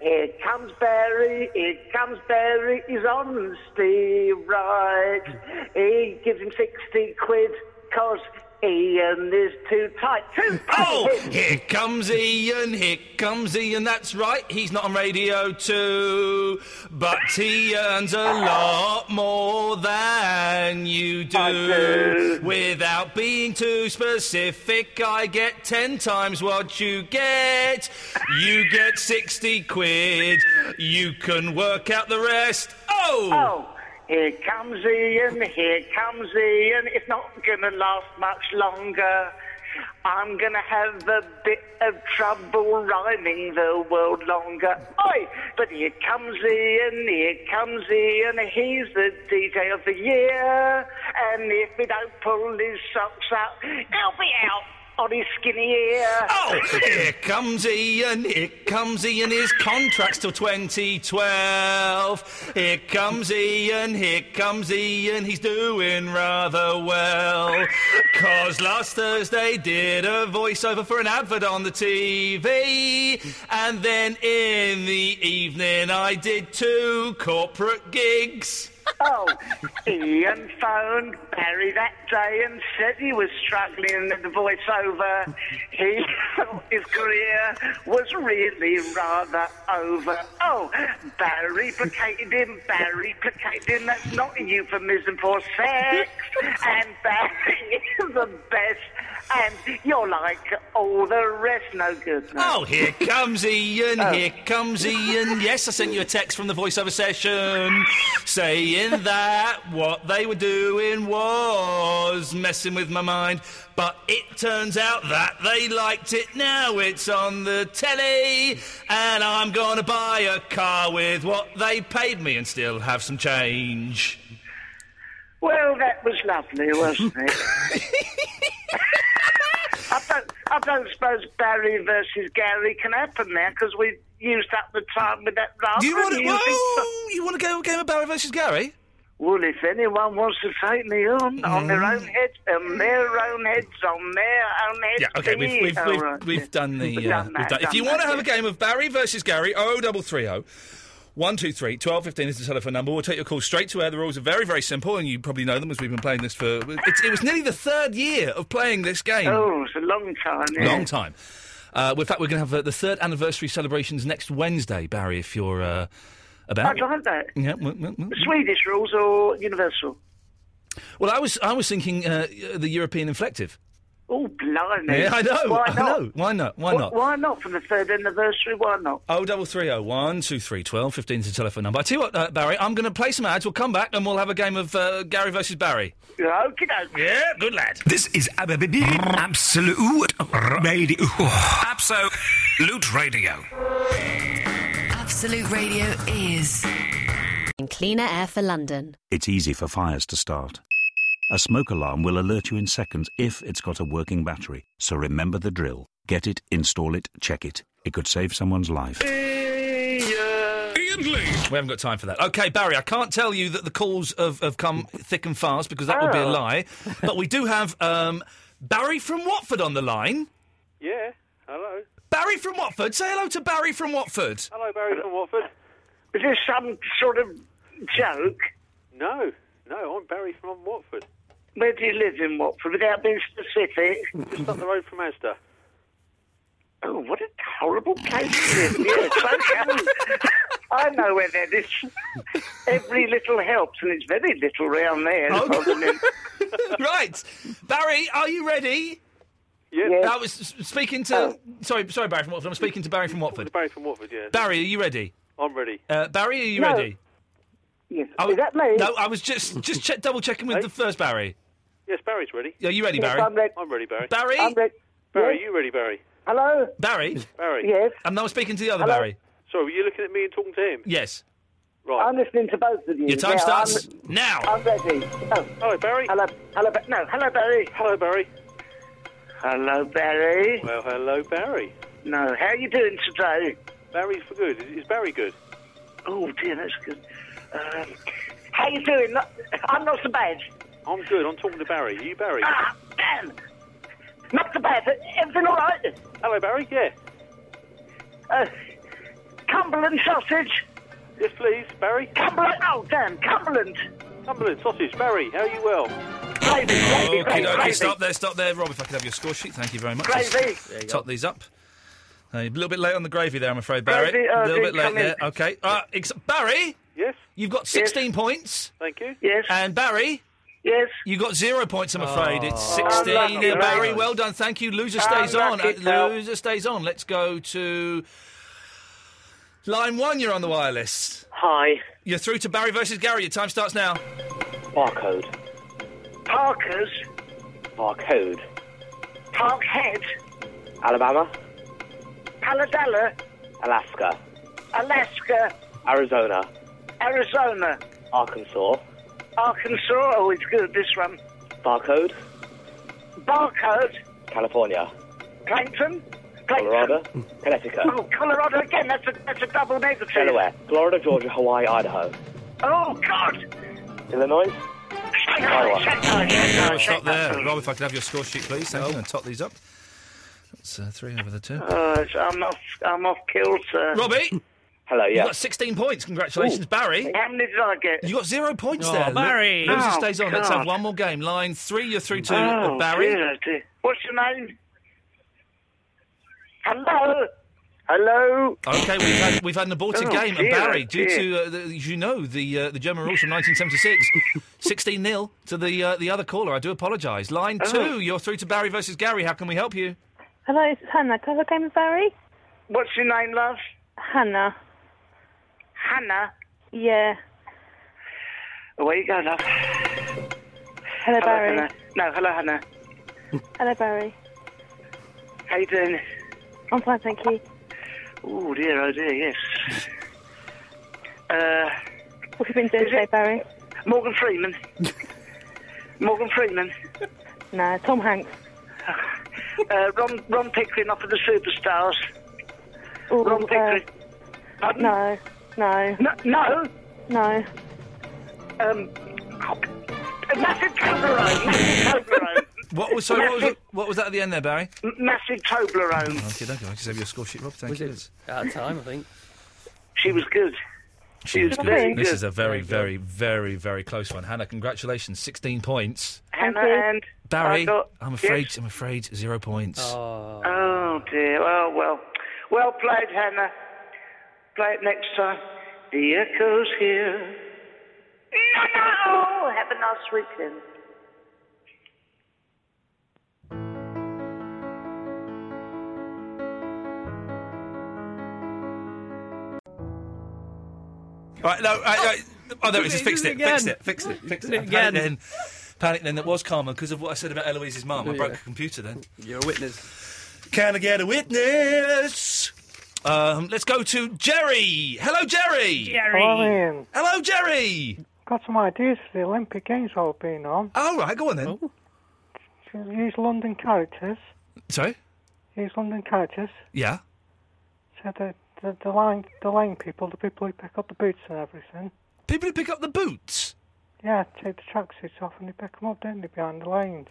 S16: Here comes Barry, here comes Barry, he's honestly right. He gives him 60 quid, cause Ian is too tight. Too tight!
S5: Oh, here comes Ian, here comes Ian, that's right, he's not on radio too. But he earns a lot more than you do. Without being too specific, I get ten times what you get. You get 60 quid, you can work out the rest. Oh!
S16: Oh, here comes Ian, here comes Ian. It's not gonna last much longer. I'm gonna have a bit of trouble rhyming the world longer. Oi! But here comes Ian, here comes Ian, he's the DJ of the year. And if he don't pull his socks out, he'll be out on his skinny ear.
S5: Oh, here comes Ian, here comes Ian, his contract's till 2012. Here comes Ian, here comes Ian, he's doing rather well. Cause last Thursday did a voiceover for an advert on the TV. And then in the evening I did two corporate gigs.
S16: Oh, Ian phoned Barry that day and said he was struggling with the voiceover. He thought his career was really rather over. Oh, Barry placated him, Barry placated him. That's not a euphemism for sex. And Barry is the best. And you're like all the rest, no good. No.
S5: Oh, here comes Ian, here comes Ian. Yes, I sent you a text from the voiceover session saying that what they were doing was messing with my mind. But it turns out that they liked it. Now it's on the telly, and I'm gonna buy a car with what they paid me and still have some change.
S16: Well, that was lovely, wasn't it? I don't, I don't suppose Barry versus Gary can happen now because we've used up the time with that rubber.
S5: Do you want to?
S16: and you think-
S5: Whoa! You want to go a game of Barry versus Gary?
S16: Well, if anyone wants to take me on, on their own heads, on their own heads, on their own heads.
S5: Mm. Yeah, okay, we've, we've,
S16: All
S5: we've,
S16: right.
S5: we've done the.
S16: We've
S5: uh,
S16: done that,
S5: we've done- if
S16: done
S5: you want to
S16: that,
S5: have a
S16: yeah.
S5: game of Barry versus Gary, 0330 123 1215 is the telephone number. We'll take your call straight to air. The rules are very, very simple, and you probably know them as we've been playing this for. It's, it was nearly the third year of playing this game.
S16: Oh, it's a long time. Yeah.
S5: Long time. Uh, in fact, we're going to have uh, the third anniversary celebrations next Wednesday, Barry, if you're uh,
S16: I'd
S5: about.
S16: like that.
S5: Yeah, well, well, well.
S16: Swedish rules or universal?
S5: Well, I was I was thinking uh, the European inflective.
S16: Oh, blimey.
S5: Yeah, I know.
S16: Why
S5: I
S16: not?
S5: know. Why not? Why
S16: Wh-
S5: not?
S16: Why not for the third anniversary? Why not?
S5: Oh, double three oh one two three twelve fifteen is the telephone number. I tell you what, uh, Barry, I'm going to play some ads. We'll come back and we'll have a game of uh, Gary versus Barry.
S16: Okay,
S5: Yeah, good lad.
S1: This is Absolute Radio. Absolute Radio.
S4: Absolute Radio is.
S15: And cleaner air for London.
S17: It's easy for fires to start. A smoke alarm will alert you in seconds if it's got a working battery, so remember the drill. Get it, install it, check it. It could save someone's life.
S5: We haven't got time for that. Okay, Barry, I can't tell you that the calls have, have come thick and fast because that would be a
S14: Oh.
S5: lie. But we do have um, Barry from Watford on the line.
S14: Yeah, hello.
S5: Barry from Watford. Say hello to Barry from Watford.
S14: Hello, Barry from Watford.
S16: Is this some sort of joke?
S14: No, no, I'm Barry from Watford.
S16: Where do you live in Watford? Without being specific.
S14: Just up the road from Asda.
S16: Oh, what a horrible case it is. Yes, I know. I know where that is. Every little helps, and it's very little round there.
S5: Oh. right. Barry, are you ready?
S14: Yeah.
S5: I was s- speaking to. Sorry, sorry, Barry from Watford. I'm speaking to Barry from Watford.
S14: Barry from Watford, yeah.
S5: Barry, are you ready?
S14: I'm ready.
S5: Uh, Barry, are you
S14: No.
S5: ready? Oh,
S16: Yes.
S5: is that me? No, I was just just che double checking with the first Barry.
S14: Yes, Barry's ready.
S5: Are you ready,
S14: Yes,
S5: Barry?
S14: I'm ready. I'm ready, Barry.
S5: Barry?
S14: I'm ready. Barry,
S5: Yes.
S14: you ready, Barry?
S5: Hello? Barry?
S14: Barry.
S5: Yes. I'm now speaking to the other Barry.
S14: Sorry, were you looking at me and talking to him?
S5: Yes.
S14: Right.
S16: I'm listening to both of you.
S5: Your time
S16: now.
S5: starts
S16: I'm,
S5: now.
S16: I'm ready. Oh.
S14: Hello, Barry.
S16: Hello, hello, Ba- no, hello, Barry.
S14: Hello, Barry.
S16: Hello, Barry.
S14: Well, hello, Barry.
S16: No, how are you doing today?
S14: Barry's for good. Is, is Barry good?
S16: Oh dear, that's good. Um, how you doing? Not- I'm not so bad.
S14: I'm good. I'm talking to Barry. Are you Barry?
S16: Ah, damn. Not so bad. Everything all right?
S14: Hello, Barry. Yeah.
S16: Uh, Cumberland sausage.
S14: Yes, please, Barry.
S16: Cumberland. Oh damn, Cumberland.
S14: Cumberland sausage. Barry, how are you well?
S5: Okay,
S14: Gravy,
S5: okay,
S14: gravy.
S5: stop there, stop there, Rob. If I could have your score sheet, thank you very much.
S14: Gravy.
S5: Let's
S14: There you go.
S5: Top these up. Uh, a little bit late on the gravy there, I'm afraid, Barry.
S14: Gravy,
S5: a
S14: uh,
S5: little
S14: did
S5: bit late
S14: come in.
S5: there. Okay, uh, ex- Barry.
S14: Yes.
S5: You've got
S14: Yes.
S5: 16 points.
S14: Thank you.
S16: Yes.
S5: And Barry.
S16: Yes.
S5: You got zero points, I'm afraid. It's
S14: Oh.
S5: 16.
S14: Unlucky,
S5: Uh, Barry,
S14: right.
S5: well done. Thank you. Loser stays on.
S14: Unlucky,
S5: Uh,
S14: pal.
S5: loser stays on. Let's go to line one. You're on the wireless.
S18: Hi.
S5: You're through to Barry versus Gary. Your time starts now.
S18: Barcode.
S16: Parkers.
S18: Barcode.
S16: Parkhead.
S18: Alabama.
S16: Paladella.
S18: Alaska.
S16: Alaska.
S18: Arizona.
S16: Arizona.
S18: Arkansas.
S16: Arkansas. Oh, it's good. This one.
S18: Barcode.
S16: Barcode.
S18: California.
S16: Plankton.
S18: Colorado. Connecticut.
S16: Oh, Colorado again. That's a that's a double negative.
S18: Delaware. Florida, Georgia, Hawaii, Idaho.
S16: Oh God.
S18: Illinois. Iowa.
S5: Oh, stop there. Rob, if I could have your score sheet, please. Thank you. And top these up. That's uh, three over the two.
S16: Oh, it's- I'm off. I'm off kilter.
S5: Robbie.
S18: Hello,
S5: You got 16 points. Congratulations, Barry.
S16: How many did I get?
S5: You got zero points
S16: Oh,
S5: there. Lo-
S16: Barry.
S5: Loser
S16: Oh,
S5: stays on. Let's
S16: God.
S5: have one more game. Line three, you're through to
S16: Oh,
S5: uh, Barry.
S16: dear, dear. What's your name? Hello. Hello.
S5: Okay, we've had, we've had an aborted
S16: Oh,
S5: game,
S16: dear,
S5: and Barry, due
S16: dear.
S5: to uh, the, as you know the uh, the German rules from 1976, 16 0 to the uh, the other caller. I do apologise. Line two,
S16: Oh.
S5: you're through to Barry versus Gary. How can we help you?
S19: Hello, it's Hannah. Can I have a game of Barry?
S16: What's your name, love?
S19: Hannah.
S16: Hannah.
S19: Yeah.
S16: Away you go, love.
S19: Hello, Barry.
S16: Hannah. No, hello, Hannah.
S19: Hello, Barry.
S16: How you doing?
S19: I'm fine, thank you.
S16: Oh dear, oh dear, yes. Uh,
S19: What have you been doing today, Barry?
S16: Morgan Freeman. Morgan Freeman.
S19: Nah, Tom Hanks.
S16: Uh, Ron, Ron Pickering off of the Superstars.
S19: Ooh,
S16: Ron
S19: uh,
S16: Pickering. Pardon?
S19: No, no.
S16: No. no.
S19: No.
S16: Um, massive Toblerone. Massive Toblerone.
S5: What was, sorry, what, was, what was that at the end there, Barry?
S16: M- massive
S14: Um,
S16: Toblerone.
S5: Oh, Okay, thank you. I just have your score sheet, Rob. Thank
S10: Was
S5: you.
S10: it out of time, I think?
S16: She was good. She was very good.
S5: This is a very, very, very, very close one. Hannah, congratulations, 16 points.
S16: Hannah
S19: Thank you.
S16: and I
S5: Barry,
S16: got-
S5: I'm afraid,
S16: Yes.
S5: I'm afraid, zero points.
S16: Oh dear. Oh well. Well played, Hannah. Play it next time. The echoes here.
S20: No, no. Oh, Have a nice weekend.
S5: Right, no, I, I, oh, there it is. It's
S10: Did it
S5: fixed it,
S10: again.
S5: fixed it, fixed it, fixed
S10: Did
S5: it.
S10: it again.
S5: Panic then, panic then. That was karma because of what I said about Eloise's mum. I
S10: Yeah.
S5: broke a computer then.
S10: You're a witness.
S5: Can I get a witness? Um, let's go to Jerry. Hello, Jerry.
S21: Jerry. Hello, Ian.
S5: Hello, Jerry.
S21: Got some ideas for the Olympic Games I've been on.
S5: All right, go on then.
S21: Oh. Should we Use London characters.
S5: Sorry.
S21: Use London characters.
S5: Yeah.
S21: So the, the, the line the lane people, the people who pick up the boots and everything.
S5: People who pick up the boots.
S21: Yeah, take the tracksuits off and they pick them up, don't they, behind the lanes?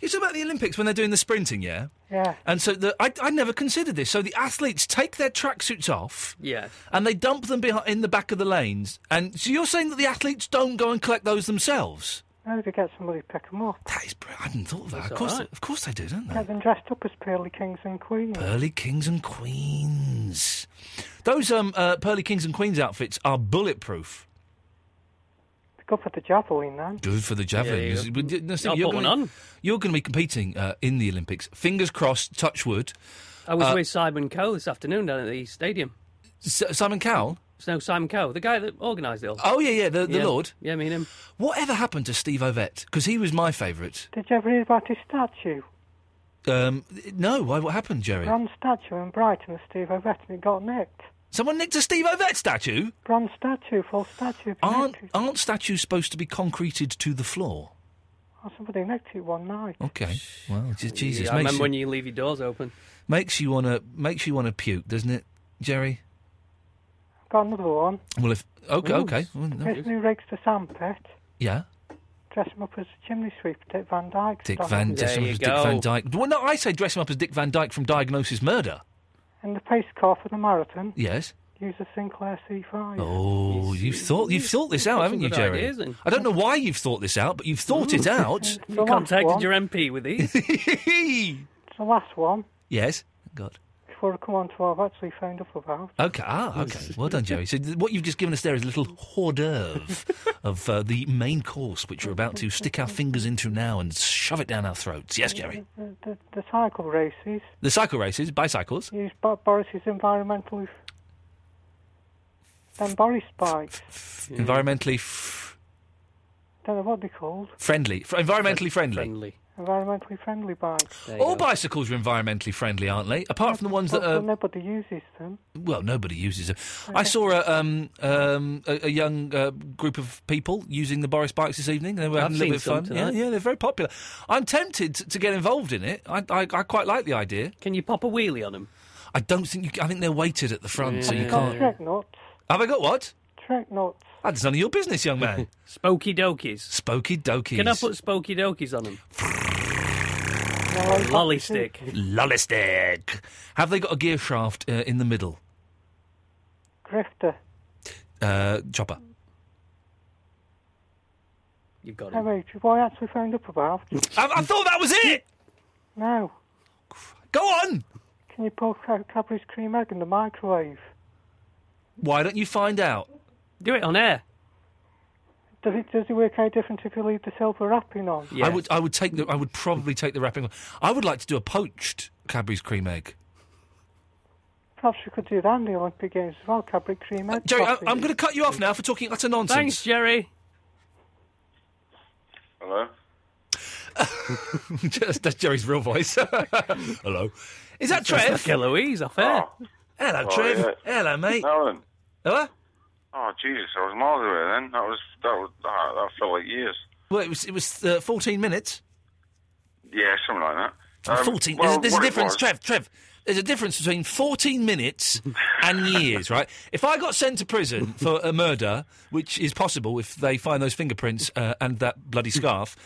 S5: It's about the Olympics when they're doing the sprinting, yeah.
S21: Yeah.
S5: And so the, I, I never considered this. So the athletes take their tracksuits off.
S10: Yeah.
S5: and they dump them behind, in the back of the lanes. And so you're saying that the athletes don't go and collect those themselves?
S21: No, they get somebody to pick them up.
S5: That is brilliant. I hadn't thought of that.
S21: That's
S5: of course,
S21: all
S5: they,
S21: right.
S5: of course they do, don't they?
S21: Get them dressed up as pearly kings and queens.
S5: Pearly kings and queens. Those um, uh, pearly kings and queens outfits are bulletproof.
S21: Go for the javelin then.
S5: Good for the
S21: Yeah,
S5: javelin.
S21: yeah.
S5: 'cause it- but, you know,
S21: I'll
S5: you're
S21: put one
S5: gonna-
S21: on.
S5: You're going to be competing uh, in the Olympics. Fingers crossed. Touch wood.
S10: I was
S5: Uh,
S10: with Simon Cowell this afternoon down at the stadium.
S5: S- Simon Cowell?
S10: So Simon Coe, the guy that organised it all.
S5: Oh, yeah, yeah, the, the
S10: Yeah.
S5: Lord.
S10: Yeah, me and him.
S5: Whatever happened to Steve Ovett? Because he was my favourite.
S21: Did you ever hear about his statue?
S5: Um, no, why, what happened, Jerry?
S21: Bronze statue in Brighton of Steve Ovett and it got nicked.
S5: Someone nicked a Steve Ovett statue?
S21: Bronze statue, full statue.
S5: Aren't, aren't statues supposed to be concreted to the floor?
S21: Oh, somebody nicked it one night.
S5: Okay. Well, j- Jesus.
S10: Yeah, I
S5: makes
S10: remember
S5: you,
S10: when you leave your doors open.
S5: makes you wanna makes you wanna puke, doesn't it, Jerry?
S21: Got another one.
S5: Well, if okay,
S21: Ooh.
S5: okay, well,
S21: The
S5: no.
S21: person who rigs the sandpit,
S5: yeah.
S21: dress him up as a chimney sweep, Dick Van Dyke.
S5: Dick
S21: style.
S5: Van, dress him up as Dick Van Dyke. Well, no, I say dress him up as Dick Van Dyke from Diagnosis Murder.
S21: And the pace car for the marathon,
S5: Yes.
S21: use a Sinclair C5.
S5: Oh, you've thought you've thought this out,
S21: got
S5: haven't
S21: some
S5: you,
S21: good
S5: Jerry?
S21: ideas, then.
S5: I don't know why you've thought this out, but you've thought it out.
S21: The last one.
S10: your MP with these.
S21: The last one,
S5: yes. God.
S21: before I come on to what I've actually found up about.
S5: Okay. Ah, okay. Well done, Jerry. So th- what you've just given us there is a little hors d'oeuvre of uh, the main course, which we're about to stick our fingers into now and shove it down our throats. Yes, Jerry.
S21: The, the, the cycle races,
S5: The cycle races, bicycles.
S21: use Bo- Boris's environmental... Then Boris bikes.
S5: Environmentally f-
S21: Don't know what they're called.
S5: friendly. F- environmentally friendly.
S21: Environmentally friendly bikes.
S5: All bicycles are environmentally friendly, aren't they? Apart from the ones that
S21: But- but
S5: are.
S21: nobody uses them.
S5: Well, nobody uses them. I saw a um, um, a, a young uh, group of people using the Boris bikes this evening. They were
S10: I've
S5: having a little bit of
S10: seen
S5: fun.
S10: some
S5: Yeah,
S10: tonight.
S5: yeah, they're very popular. I'm tempted t- to get involved in it. I, I, I quite like the idea.
S10: Can you pop a wheelie on them?
S5: I don't think you. c- I think they're weighted at the front, so you
S10: Yeah.
S5: can't.
S21: Trek nuts.
S5: Have I got Oh, what?
S21: Trek nuts.
S5: That's none of your business, young man.
S10: Spokey dokies.
S5: Spokey dokies.
S10: Can I put spokey dokies on them?
S21: No,
S10: Lolly stick.
S5: Lolly stick. Have they got a gear shaft uh, in the middle?
S21: Grifter.
S5: Uh, chopper.
S10: You've got
S21: Hey, mate, what I actually found up about?
S5: I, I thought that was it.
S21: No.
S5: Go on.
S21: Can you pour Ca- Cadbury's cream egg in the microwave?
S5: Why don't you find out?
S10: Do it on air.
S21: Does it does it work any different if you leave the silver wrapping on?
S5: I would. I would take the. I would probably take the wrapping. off. I would like to do a poached Cadbury's cream egg.
S21: Perhaps we could do that in the Olympic Games as well. Cadbury cream egg.
S5: Jerry, I,
S21: coffee.
S5: I'm going to cut you off now for talking utter nonsense.
S21: Thanks,
S10: Jerry.
S5: Hello. Just, that's Jerry's real voice. Hello. Is that
S10: Sounds
S5: Trev?
S10: like Eloise off air.
S5: Hello,
S22: Oh,
S5: Trev.
S22: yeah.
S5: Hello, mate.
S22: Alan.
S5: Hello?
S22: Oh, Jesus, I was miles away then. That was, that was, ah, that felt like years.
S5: Well, it was it was uh, 14 minutes.
S22: Yeah, something like that.
S5: Oh,
S22: Um,
S5: 14.
S22: well,
S5: there's, there's
S22: what
S5: a
S22: it
S5: difference,
S22: was-
S5: Trev. Trev, there's a difference between 14 minutes and years, right? If I got sent to prison for a murder, which is possible if they find those fingerprints uh, and that bloody scarf,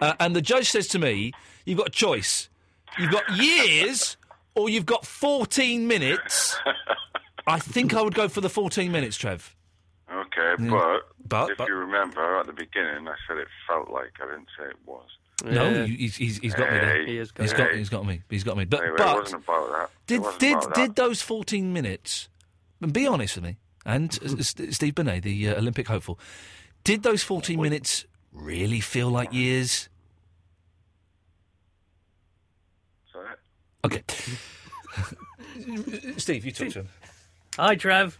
S5: uh, and the judge says to me, "You've got a choice. You've got years, or you've got 14 minutes." I think I would go for the 14 minutes, Trev.
S22: Okay,
S5: Yeah.
S22: but,
S5: But-
S22: if you remember at the beginning, I said it felt like. I didn't say it was.
S5: No, you, he's, he's, he's got me there.
S22: Hey, He has got
S5: he's
S22: you.
S5: got
S22: Hey.
S5: he's got me. He's got me. But,
S22: Anyway,
S5: but
S22: it wasn't about that. It
S5: Did
S22: wasn't
S5: did
S22: about that.
S5: did those 14 minutes? And be honest with me, and uh, S- Steve Benet, the uh, Olympic hopeful, did those 14 minutes really feel like years?
S22: Sorry?
S5: Okay, Steve, you talk to him.
S10: Hi, Trev.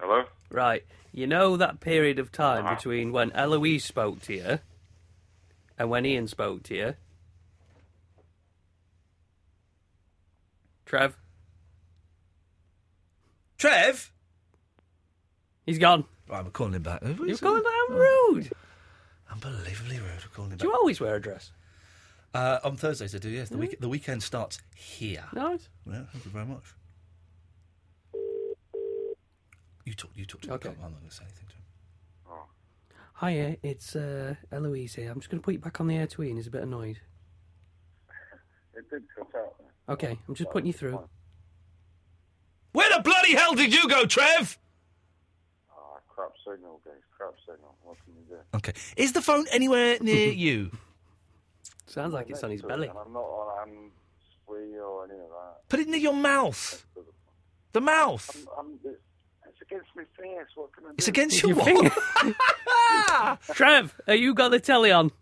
S22: Hello?
S10: Right. You know that period of time between when Eloise spoke to you and when Ian spoke to you? Trev?
S5: Trev?
S10: He's gone.
S5: Right, we're calling him back.
S10: You're calling that rude.
S5: Unbelievably rude. We're calling him
S10: Do you
S5: back.
S10: always wear a dress?
S5: Uh, on Thursdays I do. Yes, the week the weekend starts here.
S10: Nice.
S5: Well, thank you very much. You talk. You talk to him. I'm not going to say anything to him.
S22: Oh.
S10: Hiya, it's uh, Eloise here. I'm just going to put you back on the air to Ian. He's a bit annoyed.
S22: It did cut out.
S10: Okay, I'm just putting you through.
S5: Where the bloody hell did you go, Trev?
S22: Ah, crap signal, guys. Crap signal. What can you do?
S5: Okay. Is the phone anywhere near you?
S10: Sounds like it's on his
S22: So,
S10: belly.
S22: And I'm not on hands free or any of that.
S5: Put it near your mouth. The mouth.
S22: I'm, it's, it's against my face. What can I do?
S5: It's against
S10: Your
S5: your
S10: finger.
S5: what?
S10: Trev, have you got the telly on?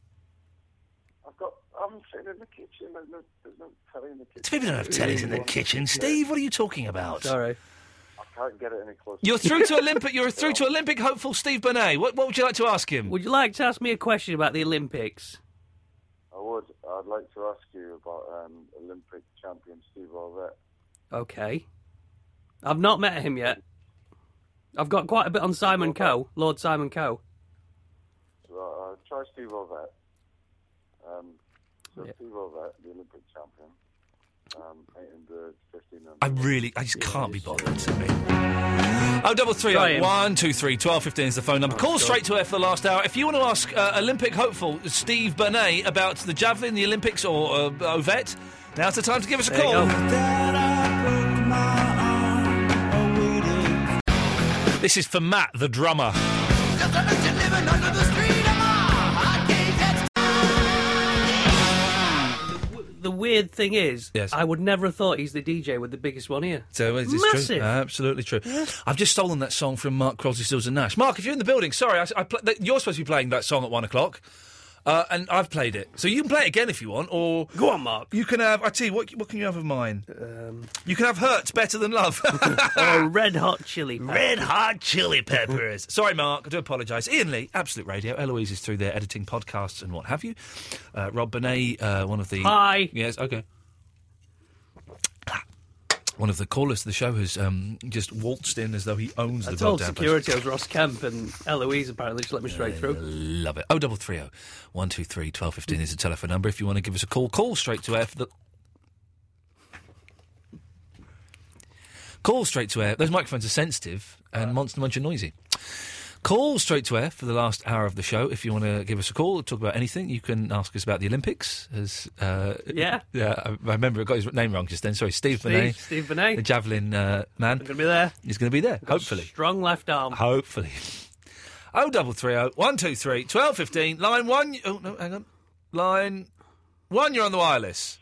S22: I've got. I'm sitting in the kitchen. There's no, there's no telly in the kitchen.
S5: People don't have tellies in the kitchen, Steve. What are you talking about?
S10: Sorry.
S22: I can't get it any closer.
S5: You're through to Olympic. You're through to Olympic hopeful Steve Bernay. What, what would you like to ask him?
S10: Would you like to ask me a question about the Olympics?
S22: I would. I'd like to ask you about um, Olympic champion Steve Orvett.
S10: Okay. I've not met him yet. I've got quite a bit on Simon Coe, Lord Simon Coe.
S22: So, uh, try Steve Orvett. Um, so Steve Orvett, the Olympic champion, um, eight and the 1500.
S5: I really, I just can't be bothered to me. Oh, double three, oh, one, two, three, twelve, fifteen is the phone
S10: Oh,
S5: number. Call straight to air for the last hour. If you want to ask uh, Olympic hopeful Steve Bernay about the javelin, the Olympics, or uh, Ovette, now's the time to give us a
S10: There you
S5: call. This is for Matt, the drummer.
S10: The weird thing is,
S5: Yes.
S10: I would never have thought he's the DJ with the biggest one here.
S5: So it's it's
S10: Massive.
S5: true. Absolutely true. I've just stolen that song from Mark Crosby, Stills and Nash. Mark, if you're in the building, sorry, I, I pl- th- you're supposed to be playing that song at one o'clock, uh, and I've played it. So you can play it again if you want, or go on, Mark. You can have. I tell you what. What can you have of mine?
S10: Um,
S5: you can have Hurts better than love, or
S10: Red Hot Chili.
S5: Red Hot Chili Peppers. sorry, Mark. I do apologise. Ian Lee, Absolute Radio. Eloise is through there editing podcasts and what have you. Uh, Rob Bonet, uh, one of the
S10: Hi.
S5: Yes. Okay. One of the callers to the show has um, just waltzed in as though he owns
S10: I
S5: the
S10: told
S5: goddamn place.
S10: security I was Ross Kemp and Eloise apparently just let me straight
S5: I
S10: through.
S5: Love it. Oh, double three oh, one two three twelve fifteen is the telephone number. If you want to give us a call, call straight to air for the. Call straight to air. Those microphones are sensitive and monster munch are noisy. Call straight to air for the last hour of the show. If you want to give us a call, talk about anything, you can ask us about the Olympics. As uh,
S10: Yeah.
S5: yeah, I, I remember I got his name wrong just then. Sorry, Steve,
S10: Steve-
S5: Benet,
S10: Steve Benet.
S5: the javelin uh, man.
S10: I'm going to be there.
S5: He's going to be there, hopefully.
S10: Strong left arm.
S5: Hopefully. Oh, double three oh one two three twelve fifteen. Line one. Oh no, hang on. Line one. You're on the wireless.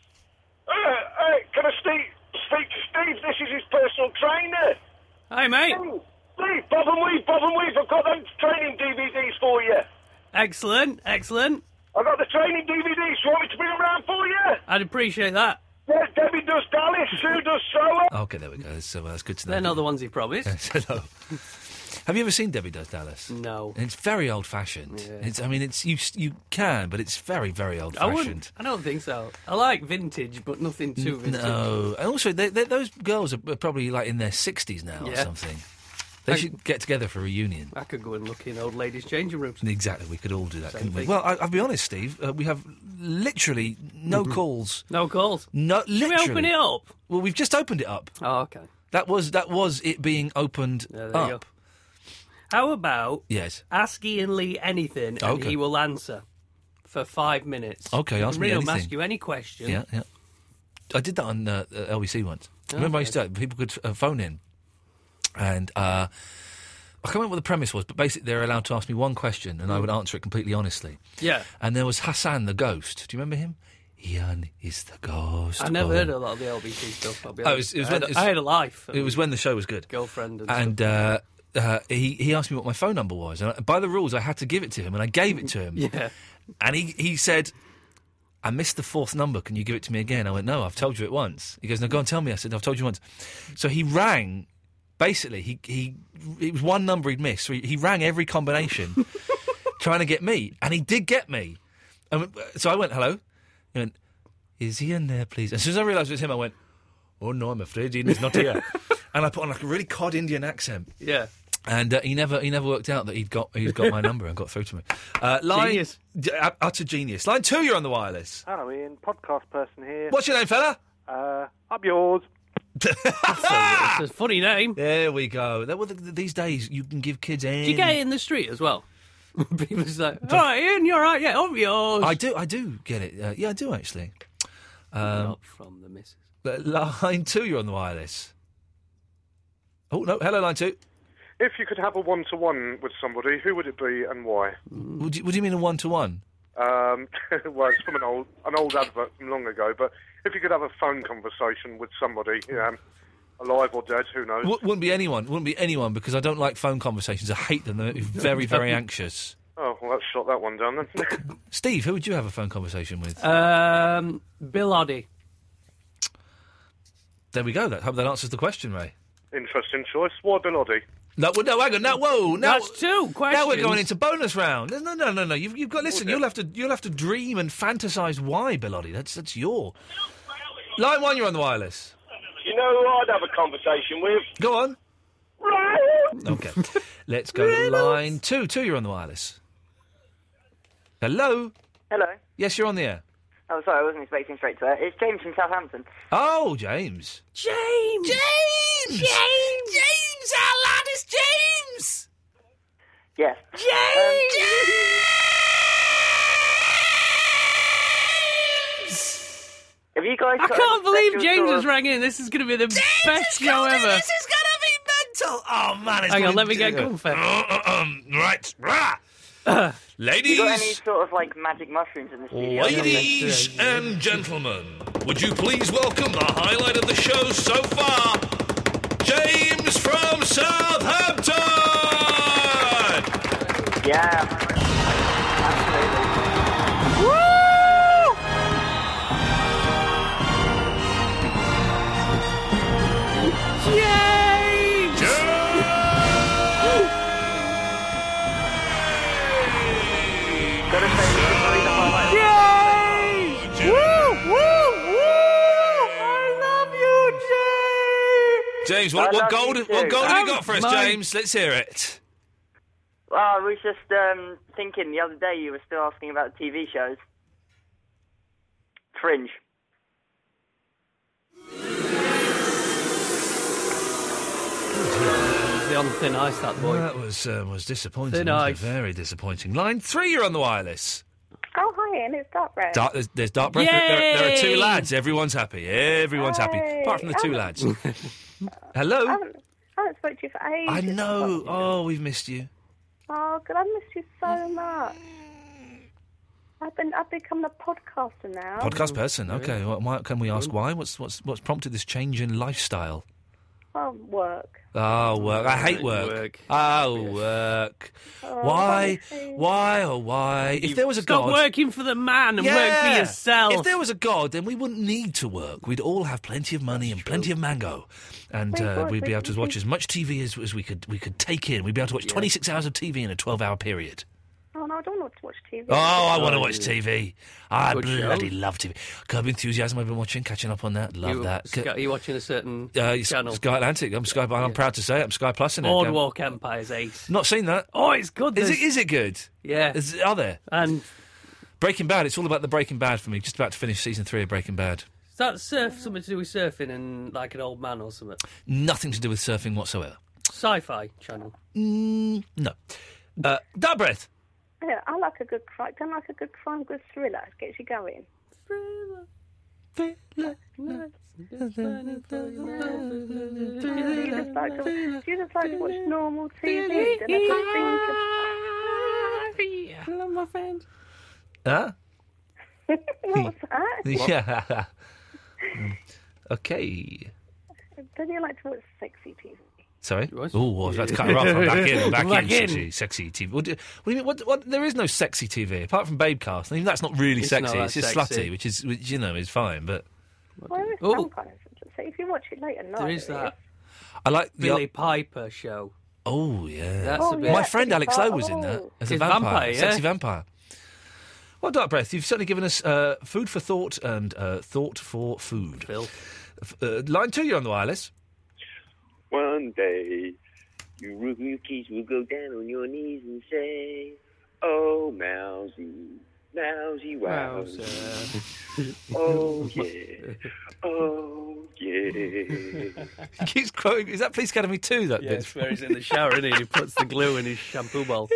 S23: hey, can I speak, speak to Steve? This is his personal trainer.
S10: Hey, mate.
S23: Steve, Bob and Weave, Bob and Weave, I've got those training DVDs for you.
S10: Excellent, excellent.
S23: I've got the training DVDs. You want me to bring them round for you?
S10: I'd appreciate that.
S23: Yeah, Debbie does Dallas, Sue does Solo.
S5: Okay, there we go. So uh, that's good to know.
S10: They're not the ones he promised.
S5: Yes, hello. Have you ever seen Debbie Does Dallas?
S10: No.
S5: It's very old-fashioned.
S10: Yeah.
S5: It's, I mean, it's you you can, but it's very very
S10: I
S5: old-fashioned.
S10: wouldn't. I don't think so. I like vintage, but nothing too vintage.
S5: No, and also they, they, those girls are probably like in their sixties now or
S10: Yeah.
S5: something. They
S10: I-
S5: should get together for a reunion.
S10: I could go and look in old ladies' changing rooms.
S5: Exactly, we could all do that,
S10: Same
S5: couldn't we?
S10: thing.
S5: Well, I, I'll be honest, Steve. Uh, we have literally no calls.
S10: Mm-hmm. No calls.
S5: No,
S10: we
S5: literally.
S10: open it up?
S5: Well, we've just opened it up.
S10: Oh, okay.
S5: That was that was it being opened
S10: Yeah, there you
S5: up.
S10: go. How about
S5: Oh. Yes.
S10: ask Ian Lee anything and
S5: Okay.
S10: he will answer for five minutes?
S5: Okay,
S10: You
S5: ask
S10: can
S5: me
S10: ring him,
S5: anything.
S10: ask you any question.
S5: Yeah, yeah. I did that on uh, uh, LBC once.
S10: Oh,
S5: Remember, I used to people could uh, phone in, and uh, I can't remember what the premise was, but basically they're allowed to ask me one question, and I would answer it completely honestly.
S10: Yeah.
S5: And there was Hassan the ghost. Do you remember him? Ian is the ghost.
S10: I never
S5: of-
S10: heard a lot of the LBC stuff. I'll be
S5: Oh, it was,
S10: honest.
S5: it was
S10: I,
S5: when, it
S10: had,
S5: was-
S10: I had a life.
S5: It was when the show was good.
S10: Girlfriend and
S5: And uh, uh, he he asked me what my phone number was, and I, by the rules, I had to give it to him, and I gave it to him.
S10: Yeah.
S5: And he he said, "I missed the fourth number. Can you give it to me again?" I went, "No, I've told you it once." He goes, "No, go and tell me." I said, "I've told you once." So he rang. Basically, he he it was one number he'd missed. So he, he rang every combination, trying to get me, and he did get me. And uh, so I went, "Hello." He went, "Is he in there, please?" As soon as I realised it was him, I went, "Oh no, I'm afraid Ian is not here." and I put on like a really cod Indian accent.
S10: Yeah.
S5: And uh, he never he never worked out that he'd got he'd got my number and got through to me. Uh, line,
S3: Genius.
S5: D- uh, utter genius. Line two, you're on the wireless.
S3: Hello, Ian. Podcast person here.
S5: What's your name, fella?
S3: Uh, up yours.
S10: it's a funny name.
S5: There we go. That, well, th- th- these days you can give kids any.
S10: Do you get it in the street as well? People just like, all right, Ian, you're all right. uh, Yeah, over yours.
S5: I do I do get it. Uh, yeah, I do actually. Um,
S10: Not from the missus.
S5: but line two, you're on the wireless. Oh no! Hello, line two.
S20: If you could have a one-to-one with somebody, who would it be and why?
S10: Mm.
S5: What do, you, what do you mean a one to one?
S20: Um, well, it's from an old an old advert from long ago. But if you could have a phone conversation with somebody, um, alive or dead, who knows?
S5: Wouldn't be anyone. Wouldn't be anyone because I don't like phone conversations. I hate them. They're very very anxious.
S20: Oh, well, let's shut that one down then.
S5: Steve, who would you have a phone conversation with?
S10: Um, Bill Oddie.
S5: There we go. That hope that answers the question, Ray.
S20: Interesting choice. Why Belody?
S5: No, well, no, hang on. No, whoa. Now,
S20: That's two
S5: Now we're
S20: questions.
S5: going into bonus round. No, no, no, no. no. You've, you've got. Listen, you'll have to. You'll have to dream and fantasize why, Bellotti. That's that's your line one. You're on the wireless.
S2: You know who I'd have a conversation with?
S5: Go on. Okay. Let's go to line two. Two. You're on the wireless. Hello.
S6: Hello.
S5: Yes, you're on the air.
S6: Oh, sorry, I wasn't expecting straight to that. It's James from Southampton.
S5: Oh, James.
S6: James! James! James! James, our lad is James! Yes.
S2: James!
S6: Have you guys
S10: I
S6: got
S10: can't
S6: a
S10: believe
S6: special
S10: James
S6: sort
S10: has
S6: of-
S10: rang in. This is going to be the best show
S2: Golden,
S10: ever.
S2: This is going to be mental. Oh, man. It's
S10: Hang on,
S5: going
S10: let me
S5: to-
S10: get comfy.
S5: right.
S6: You got any
S5: Ladies,
S6: sort of like magic mushrooms in the studio?
S5: ladies and gentlemen, would you please welcome the highlight of the show so far, James from Southampton.
S6: Yeah.
S2: James! James! Woo! Woo! Woo! I love you, James!
S5: James,
S6: I
S5: what,
S6: love
S5: what
S6: you
S5: gold?
S6: too.
S5: What gold have
S10: Um,
S5: you
S6: Oh,
S5: got for us,
S6: my-
S5: James? Let's hear it.
S6: Well, Ah, I was just um, thinking the other day you were still asking about TV shows. Fringe.
S10: The on thin ice, that boy.
S5: That was um, was disappointing.
S10: Thin
S5: wasn't it?
S10: ice.
S5: Very disappointing. Line three, you're on the wireless.
S7: Oh, hi, and it's Dark Red.
S5: Dark, there's, there's dark breath. There, there- there are
S7: Yay!
S5: two lads. Everyone's happy. Everyone's happy,
S7: Hey,
S5: apart from the two
S7: um,
S5: lads. Hello.
S7: I haven't, I haven't spoke to you for ages.
S5: I know. Oh, we've missed you.
S7: Oh, God, I missed you so much. I've been, I've become a podcaster now.
S5: Podcast person. Okay. Well, why, can we ask why? What's what's what's prompted this change in lifestyle?
S7: Oh, work.
S5: Oh, work. I hate work. Oh, work.
S7: Oh,
S5: Why? Why? Oh, why? If there was a
S10: Stop
S5: God,
S10: working for the man and work
S5: Yeah.
S10: for yourself.
S5: If there was a God, then we wouldn't need to work. We'd all have plenty of money and plenty of mango, and
S7: Wait,
S5: uh,
S7: what?
S5: we'd be
S7: Wait,
S5: able to
S7: you
S5: watch
S7: think-
S5: as much TV as, as we could we could take in. We'd be able to watch
S7: Yeah.
S5: 26 hours of TV in a 12-hour period.
S7: Oh, no, I don't want to watch TV.
S5: Oh, I want to watch TV. I
S10: Good
S5: bloody
S10: show.
S5: love TV. Curb Enthusiasm. I've been watching, catching up on that. Love
S10: you,
S5: that.
S10: Sky, you watching a certain
S5: Uh, it's
S10: channel?
S5: Sky Atlantic. I'm Sky. I'm proud to say I'm Sky Plus in it.
S10: Boardwalk Empire's ace.
S5: Not seen that.
S10: Oh, it's good.
S5: Is it?
S10: There's-
S5: Is it good?
S10: Yeah.
S5: Is, are there?
S10: And
S5: Breaking Bad. It's all about the Breaking Bad for me. Just about to finish season three of Breaking Bad.
S10: Is that surf something to do with surfing and like an old man or something?
S5: Nothing to do with surfing whatsoever.
S10: Sci-fi channel.
S5: Mm, no. Uh, Dark breath.
S7: Yeah, I like a good crime. Don't like a good crime, good thriller. It gets you going. Do you just like to, do you just like to watch normal TV? Then I can think of... Love my friend.
S5: Huh?
S7: what was that?
S5: yeah. Mm. okay.
S7: Don't you like to watch sexy TV?
S5: Sorry. Oh, I've had to cut her off. I'm back in. I'm back,
S10: Back
S5: in.
S10: in.
S5: Sexy, sexy TV. What do, what do you mean? What, what, there is no sexy TV apart from Babecast. I mean, that's not really
S10: It's
S5: sexy.
S10: not
S5: it's
S10: that
S5: just
S10: sexy.
S5: slutty, which is, which, you know, is fine. But
S7: Well, it's
S10: Oh.
S7: some kind of So if you watch it late at night,
S10: There is that
S5: I like the
S10: Billy Piper show.
S5: Oh yeah,
S10: That's a Oh, bit-
S5: My
S10: yeah,
S5: friend
S10: it's
S5: Alex
S10: part-
S5: Lowe was in that
S10: oh.
S5: as a
S10: He's
S5: vampire,
S10: vampire, yeah.
S5: sexy vampire. Well, dark breath. You've certainly given us uh, food for thought and uh, thought for food. Phil, uh, line two, you're on the wireless.
S24: One day, you rookies will go down on your knees and say, Oh, Mousy, Mousy, Wowsy. oh, yeah. Oh, yeah.
S5: He keeps quoting. Is that Police Academy two? That bit
S10: where he's in the shower and he puts the glue in his shampoo bowl.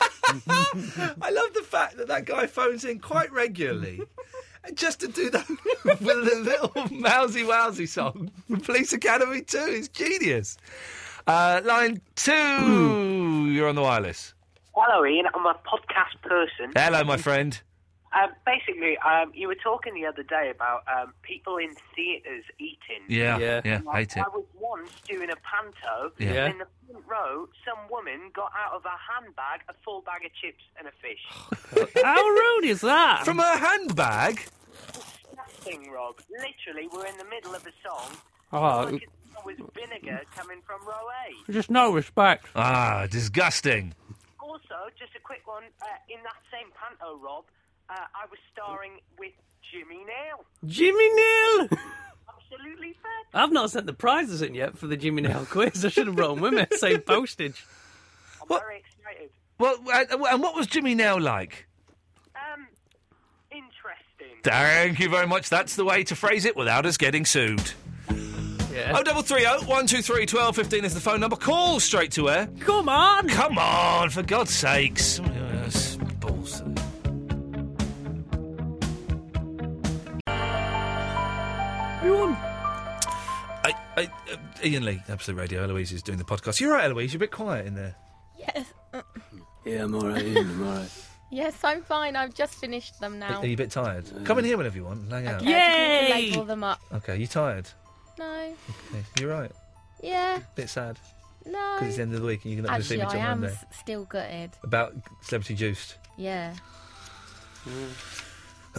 S5: I love the fact that that guy phones in quite regularly. Just to do that with a little mousy wowsy song from Police Academy 2 is genius. Uh, line two, you're on the wireless.
S25: Hello, Ian. I'm a podcast person.
S5: Hello, my friend.
S25: Um, basically, um, you were talking the other day about um, people in theatres eating.
S5: Yeah, Yeah. yeah,
S25: I,
S5: hate it.
S25: I was once doing a panto.
S5: Yeah.
S25: and
S5: Yeah.
S25: In the front row, some woman got out of her handbag a full bag of chips and a fish.
S10: How rude is that?
S5: From her handbag?
S25: Nothing, Rob. Literally, we're in the middle of a song.
S10: Oh,
S25: pepper was vinegar coming from row A.
S10: Just no respect.
S5: Ah, disgusting.
S25: Also, just a quick one. Uh, in that same panto, Rob, uh, I was starring with Jimmy Nail.
S10: Jimmy Nail!
S25: Absolutely fair.
S10: I've not sent the prizes in yet for the Jimmy Nail quiz. I should have brought them with me. Save postage.
S25: I'm very excited.
S5: Well, and and what was Jimmy now like?
S25: Um, interesting.
S5: Thank you very much. That's the way to phrase it without us getting sued. Oh double three oh one two three twelve fifteen is the phone number. Call straight to air.
S10: Come on,
S5: come on, for God's sakes! Yes, balls.
S10: Everyone.
S5: I, I, uh, Ian Lee, Absolute Radio. Eloise is doing the podcast. You're right, Eloise. You're a bit quiet in there.
S8: Yes. uh,
S10: Yeah, I'm all right. Ian, I'm all right.
S8: Yes, I'm fine. I've just finished them now.
S5: Are you a bit tired?
S10: Uh,
S5: Come in here whenever you want. Hang out.
S8: Okay, I just need to Label them up.
S5: Okay, you tired?
S8: No.
S5: Okay, you're right.
S8: Yeah.
S5: Bit sad
S8: No.
S5: because it's the end of the week and you're not going to see
S8: Actually,
S5: me
S8: I
S5: till
S8: am
S5: Monday.
S8: s- still gutted.
S5: About celebrity juiced.
S8: Yeah.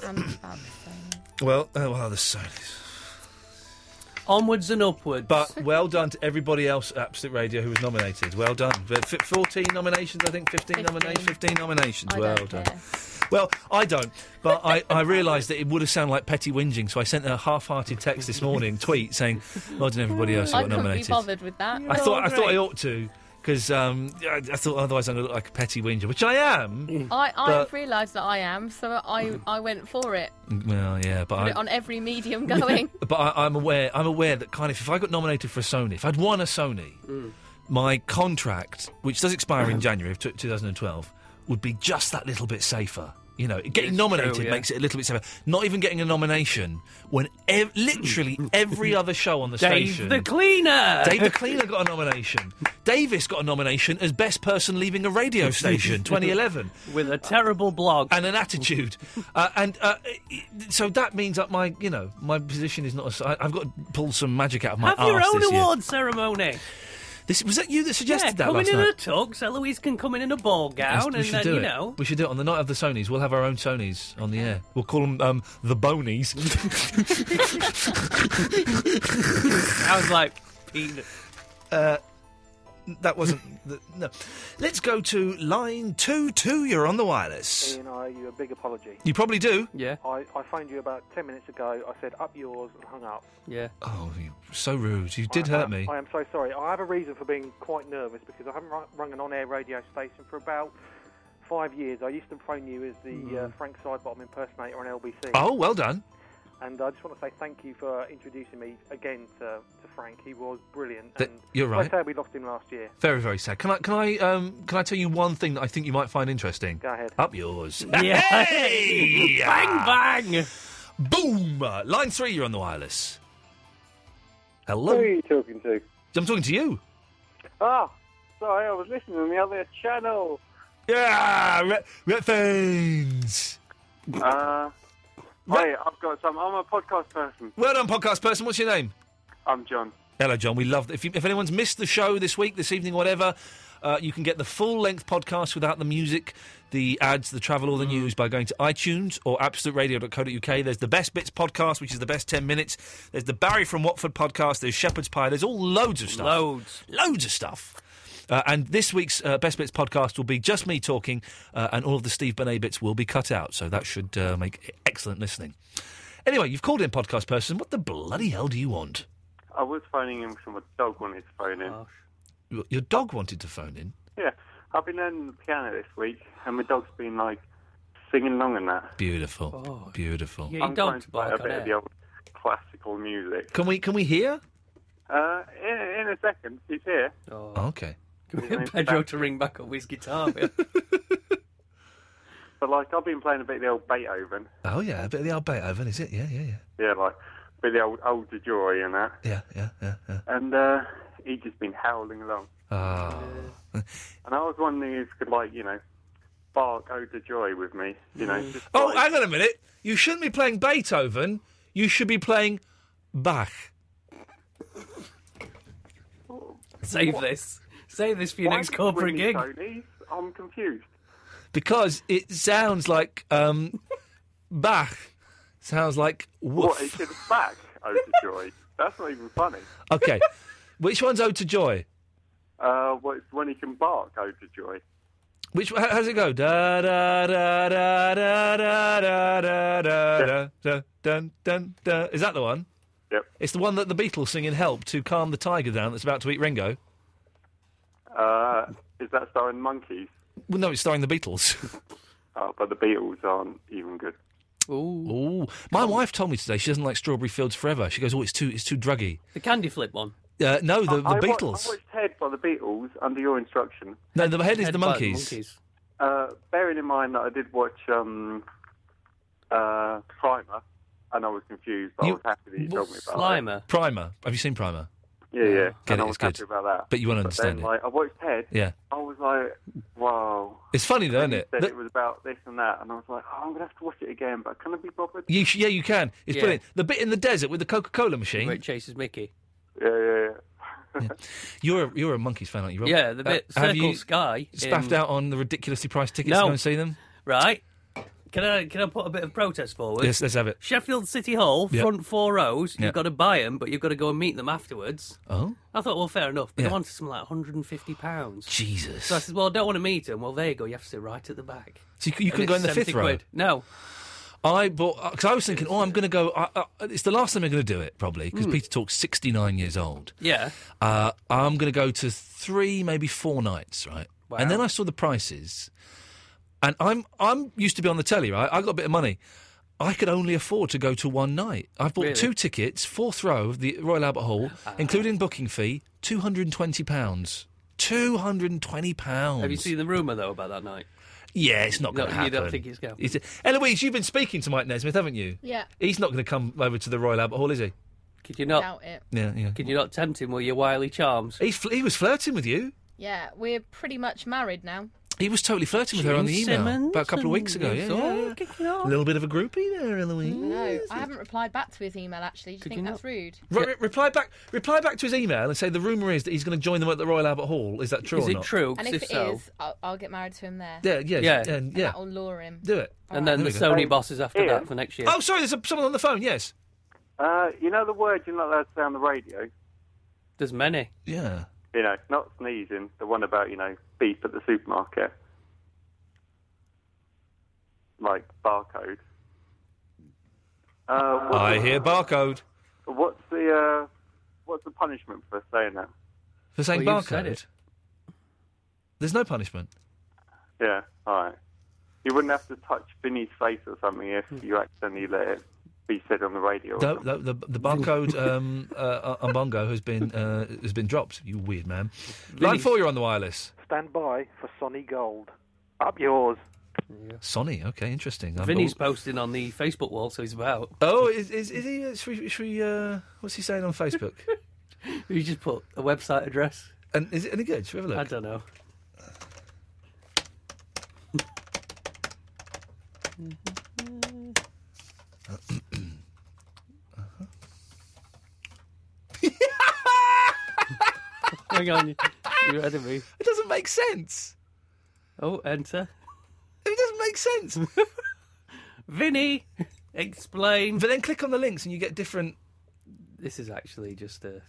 S8: I'm about
S5: Well, oh, well, the sun is.
S10: Onwards and upwards.
S5: But well done to everybody else at Absolute Radio who was nominated. Well done. F- f- 14 nominations, I think, 15, nominations. 15 nominations.
S8: I
S5: well
S8: don't
S5: done. Well, I don't, but I, I realised that it would have sounded like petty whinging, so I sent a half hearted text this morning, tweet, saying, well done everybody else who
S8: I
S5: got
S8: couldn't
S5: nominated.
S8: be bothered with that.
S5: I thought I thought I ought to because um, I, I thought otherwise I'm going to look like a petty whinger, which I am.
S8: I,
S5: but,
S8: I've realised that I am, so I, I went for it.
S5: well, yeah, but
S8: Put
S5: I,
S8: it on every medium going.
S5: but I, I'm aware I'm aware that kind of if I got nominated for a Sony, if I'd won a Sony,
S10: Mm.
S5: my contract, which does expire
S10: Uh-huh.
S5: in January of t- 2012, would be just that little bit safer. You know, getting nominated
S10: true, yeah.
S5: makes it a little bit safer. Not even getting a nomination when ev- literally every other show on the
S10: Dave
S5: station.
S10: the Cleaner.
S5: Dave the Cleaner got a nomination. Davis got a nomination as best person leaving a radio station, 2011.
S10: With a terrible blog
S5: and an attitude, uh, and uh, i- so that means that my, you know, my position is not. i I, I've got to pull some magic out of my
S10: Have your
S5: arse
S10: own
S5: this year.
S10: award ceremony.
S5: This was that you that suggested
S10: yeah,
S5: that
S10: Coming
S5: last
S10: in
S5: night?
S10: a tux, Eloise can come in in a ball
S5: Yes,
S10: gown,
S5: we
S10: and
S5: should
S10: then
S5: do
S10: you
S5: it.
S10: know.
S5: We should do it on the night of the Sonys. We'll have our own Sonys on the air. We'll call them um, the Bonies.
S10: Sounds like peanut.
S5: Uh, that wasn't. The, no. Let's go to line two two. You're on the wireless.
S3: Ian, I owe you a big apology.
S5: You probably do.
S10: Yeah.
S3: I, I phoned you about 10 minutes ago. I said, up yours, and hung up.
S10: Yeah.
S5: Oh, you're so rude. You did
S3: I-
S5: hurt
S3: I-
S5: me.
S3: I am so sorry. I have a reason for being quite nervous because I haven't ru- rung an on-air radio station for about five years. I used to phone you as the uh, Frank Sidebottom impersonator on LBC.
S5: Hmm. Oh, well done.
S3: And I just want to say thank you for introducing me again to, to Frank. He was brilliant.
S5: Th-
S3: and
S5: you're right.
S3: I say we lost him last year.
S5: Very, very sad. Can I can I um can I tell you one thing that I think you might find interesting?
S3: Go ahead.
S5: Up yours.
S3: Yeah.
S5: Hey!
S10: bang bang.
S5: Boom. Uh, Line three. You're on the wireless. Hello.
S9: Who are you talking to?
S5: I'm talking to you.
S9: Ah, sorry, I was listening on the other channel.
S5: Yeah, Red, Red Phones.
S9: Uh, hey, I've got some. I'm a podcast person.
S5: Well done, podcast person. What's your name?
S9: I'm John.
S5: Hello, John. We love that. If, you, if anyone's missed the show this week, this evening, whatever, uh, you can get the full length podcast without the music, the ads, the travel, or the
S9: Mm.
S5: news by going to iTunes or absoluteradio.co.uk. There's the Best Bits podcast, which is the best 10 minutes. There's the Barry from Watford podcast. There's Shepherd's Pie. There's all loads of stuff.
S10: Loads.
S5: Loads of stuff. Uh, and this week's uh, Best Bits podcast will be just me talking, uh, and all of the Steve Benet bits will be cut out. So that should uh, make excellent listening. Anyway, you've called in podcast person. What the bloody hell do you want?
S9: I was phoning in because my dog wanted to phone in.
S5: Your your dog wanted to phone in.
S9: Yeah, I've been learning the piano this week, and my dog's been like singing along and that.
S5: Beautiful,
S10: Oh,
S5: beautiful.
S9: I'm going to play a bit of the old classical music.
S5: Can we can we hear?
S9: Uh, in, in a second, he's here.
S5: Oh, Okay.
S10: Pedro to ring back up his guitar. Bill.
S9: But like, I've been playing a bit of the old Beethoven.
S5: Oh yeah, a bit of the old Beethoven, is it? Yeah, yeah, yeah,
S9: Yeah, like a bit of the old, old de joy and that.
S5: yeah, yeah, yeah. yeah.
S9: And uh, he's just been howling along.
S5: Ah,
S9: And I was wondering if you could, like, you know, bark Ode to Joy with me, you know. Just,
S5: Oh, hang on a minute. You shouldn't be playing Beethoven. You should be playing Bach.
S10: Save this. Save this for your next corporate gig.
S9: Tony, I'm confused.
S5: Because it sounds like um, Bach sounds like
S9: What,
S5: woof.
S9: he should back Ode to Joy? That's not even funny.
S5: Okay. Which one's Ode to Joy?
S9: Uh, well, it's when he can bark, Ode to Joy.
S5: Which how, how's it go? Da da da da da da da da da da da dun dun da. Is that the one?
S9: Yep.
S5: It's the one that the Beatles sing in Help to calm the tiger down that's about to eat Ringo.
S9: Uh, is that starring monkeys?
S5: Well, no, it's starring the Beatles.
S9: Uh, but the Beatles aren't even good.
S5: Ooh. My wife told me today she doesn't like Strawberry Fields Forever. She goes, "Oh, it's too it's too druggy."
S10: The candy flip one.
S5: Uh, no, the, the
S9: I, I wa-
S5: Beatles.
S9: I watched Head by the Beatles under your instruction.
S5: no, the head is
S9: Head
S5: the
S9: by the
S5: monkeys.
S9: Uh, bearing in mind that I did watch um, uh, Primer, and I was confused, but I was happy that you told me about it.
S5: Primer. Have you seen Primer?
S9: Yeah, yeah.
S5: Get
S9: and I
S5: it,
S9: was
S5: it's good.
S9: happy about that.
S5: But you won't
S9: But
S5: understand
S9: then,
S5: it.
S9: Like, I watched Head.
S5: Yeah.
S9: I was like, wow.
S5: It's funny though, isn't
S9: You
S5: it?
S9: said
S5: Look-
S9: it was about this and that, and I was like, oh, I'm going to have to watch it again, but can I be bothered?
S5: You sh- yeah, you can. It's
S9: Yeah.
S5: brilliant. The bit in the desert with the Coca Cola machine. Where it
S10: chases Mickey.
S9: Yeah, yeah, yeah.
S5: You're a, you're a monkeys fan, aren't you? Rob? Uh,
S10: Yeah, the bit
S5: have
S10: Circle
S5: you
S10: Sky
S5: Spaffed
S10: in-
S5: out on the ridiculously priced tickets
S10: No.
S5: to go and see them.
S10: Right. Can I can I put a bit of protest forward?
S5: Yes, let's have it.
S10: Sheffield City Hall,
S5: Yeah.
S10: front four rows.
S5: Yeah.
S10: You've got to buy them, but you've got to go and meet them afterwards.
S5: Oh.
S10: I thought, well, fair enough. But
S5: Yeah.
S10: they wanted something like 150 pounds.
S5: Jesus.
S10: So I said, well, I don't want to meet them. Well, there you go. You have to sit right at the back.
S5: So you, c- you
S10: And
S5: can go in
S10: it's
S5: the fifth
S10: 70
S5: row.
S10: quid. No.
S5: I bought because I was thinking, oh, I'm going to go. I, I, it's the last time I'm going to do it probably because
S10: Hmm.
S5: Peter Talk's 69 years old.
S10: Yeah.
S5: Uh, I'm going to go to three, maybe four nights, right? And then I saw the prices, and I'm I'm used to be on the telly, right? I got a bit of money. I could only afford to go to one night. I've bought
S10: Really? Ah.
S5: two tickets, fourth row of the Royal Albert Hall, including booking fee, two hundred and twenty pounds. Two hundred and twenty pounds.
S10: Have you seen the rumour though about that night?
S5: Yeah, it's not
S10: No,
S5: going to
S10: you
S5: happen.
S10: don't think it's gonna
S5: It's- Eloise, you've been speaking to Mike Nesmith, haven't you?
S8: Yeah.
S5: He's not going to come over to the Royal Albert Hall, is he?
S10: Could you not?
S8: Doubt it.
S5: Yeah, yeah.
S10: Could you not tempt him with your wily charms?
S5: He, fl- he was flirting with you.
S8: Yeah, we're pretty much married now.
S5: He was totally flirting with her on the
S10: Gene
S5: email
S10: Simmons
S5: about a couple of weeks
S10: and
S5: ago. Yeah,
S10: it's
S5: yeah,
S10: all
S5: yeah.
S10: kicking
S8: oh.
S10: off.
S5: A little bit of a groupie there, Eloise.
S8: No, I haven't replied back to his email actually. Do you think
S10: you
S8: that's rude?
S5: Re- re- reply back. Reply back to his email and say the rumor is that he's going to join them at the Royal Albert Hall. Is that true?
S10: Is
S5: or
S10: it
S5: not?
S10: true?
S8: And if, it is, I'll, I'll get married to him there.
S5: yeah, yeah,
S10: Yeah.
S5: yeah, and- yeah.
S8: That'll lure him.
S5: Do it.
S10: And then
S5: There
S10: the
S5: we go.
S10: Sony bosses after
S9: Ian.
S10: that for next year.
S5: Oh, sorry, there's a, someone on the phone. Yes.
S9: Uh, you know the word you're not allowed to say on the radio?
S10: There's many.
S5: Yeah.
S9: You know, not sneezing, the one about, you know, beep at the supermarket. Like barcode. Uh, what's
S5: I
S9: the-
S5: hear barcode
S9: What's the, uh, what's the punishment for saying that?
S5: for saying
S9: Well, you've said
S5: barcode. There's no punishment.
S9: Yeah, alright. You wouldn't have to touch Vinny's face or something if you accidentally let it be said on the radio. or
S5: No,
S9: something.
S5: no, the, the barcode um, uh, on Bongo has been uh, has been dropped. You weird man. Line four, you're on the wireless.
S3: Stand by for Sonny Gold. Up yours.
S5: Sonny, okay, interesting. I'm-
S10: Vinny's posting on the Facebook wall, so he's about.
S5: Oh, is, is, is he? Should we? Should we uh, what's he saying on Facebook?
S10: You just put a website address.
S5: And is it any good? Should we have a look?
S10: I don't know. Hang on, you ready me?
S5: It doesn't make sense.
S10: Oh, enter.
S5: It doesn't make sense.
S10: Vinny, explain.
S5: But then click on the links and you get different.
S10: This is actually just a.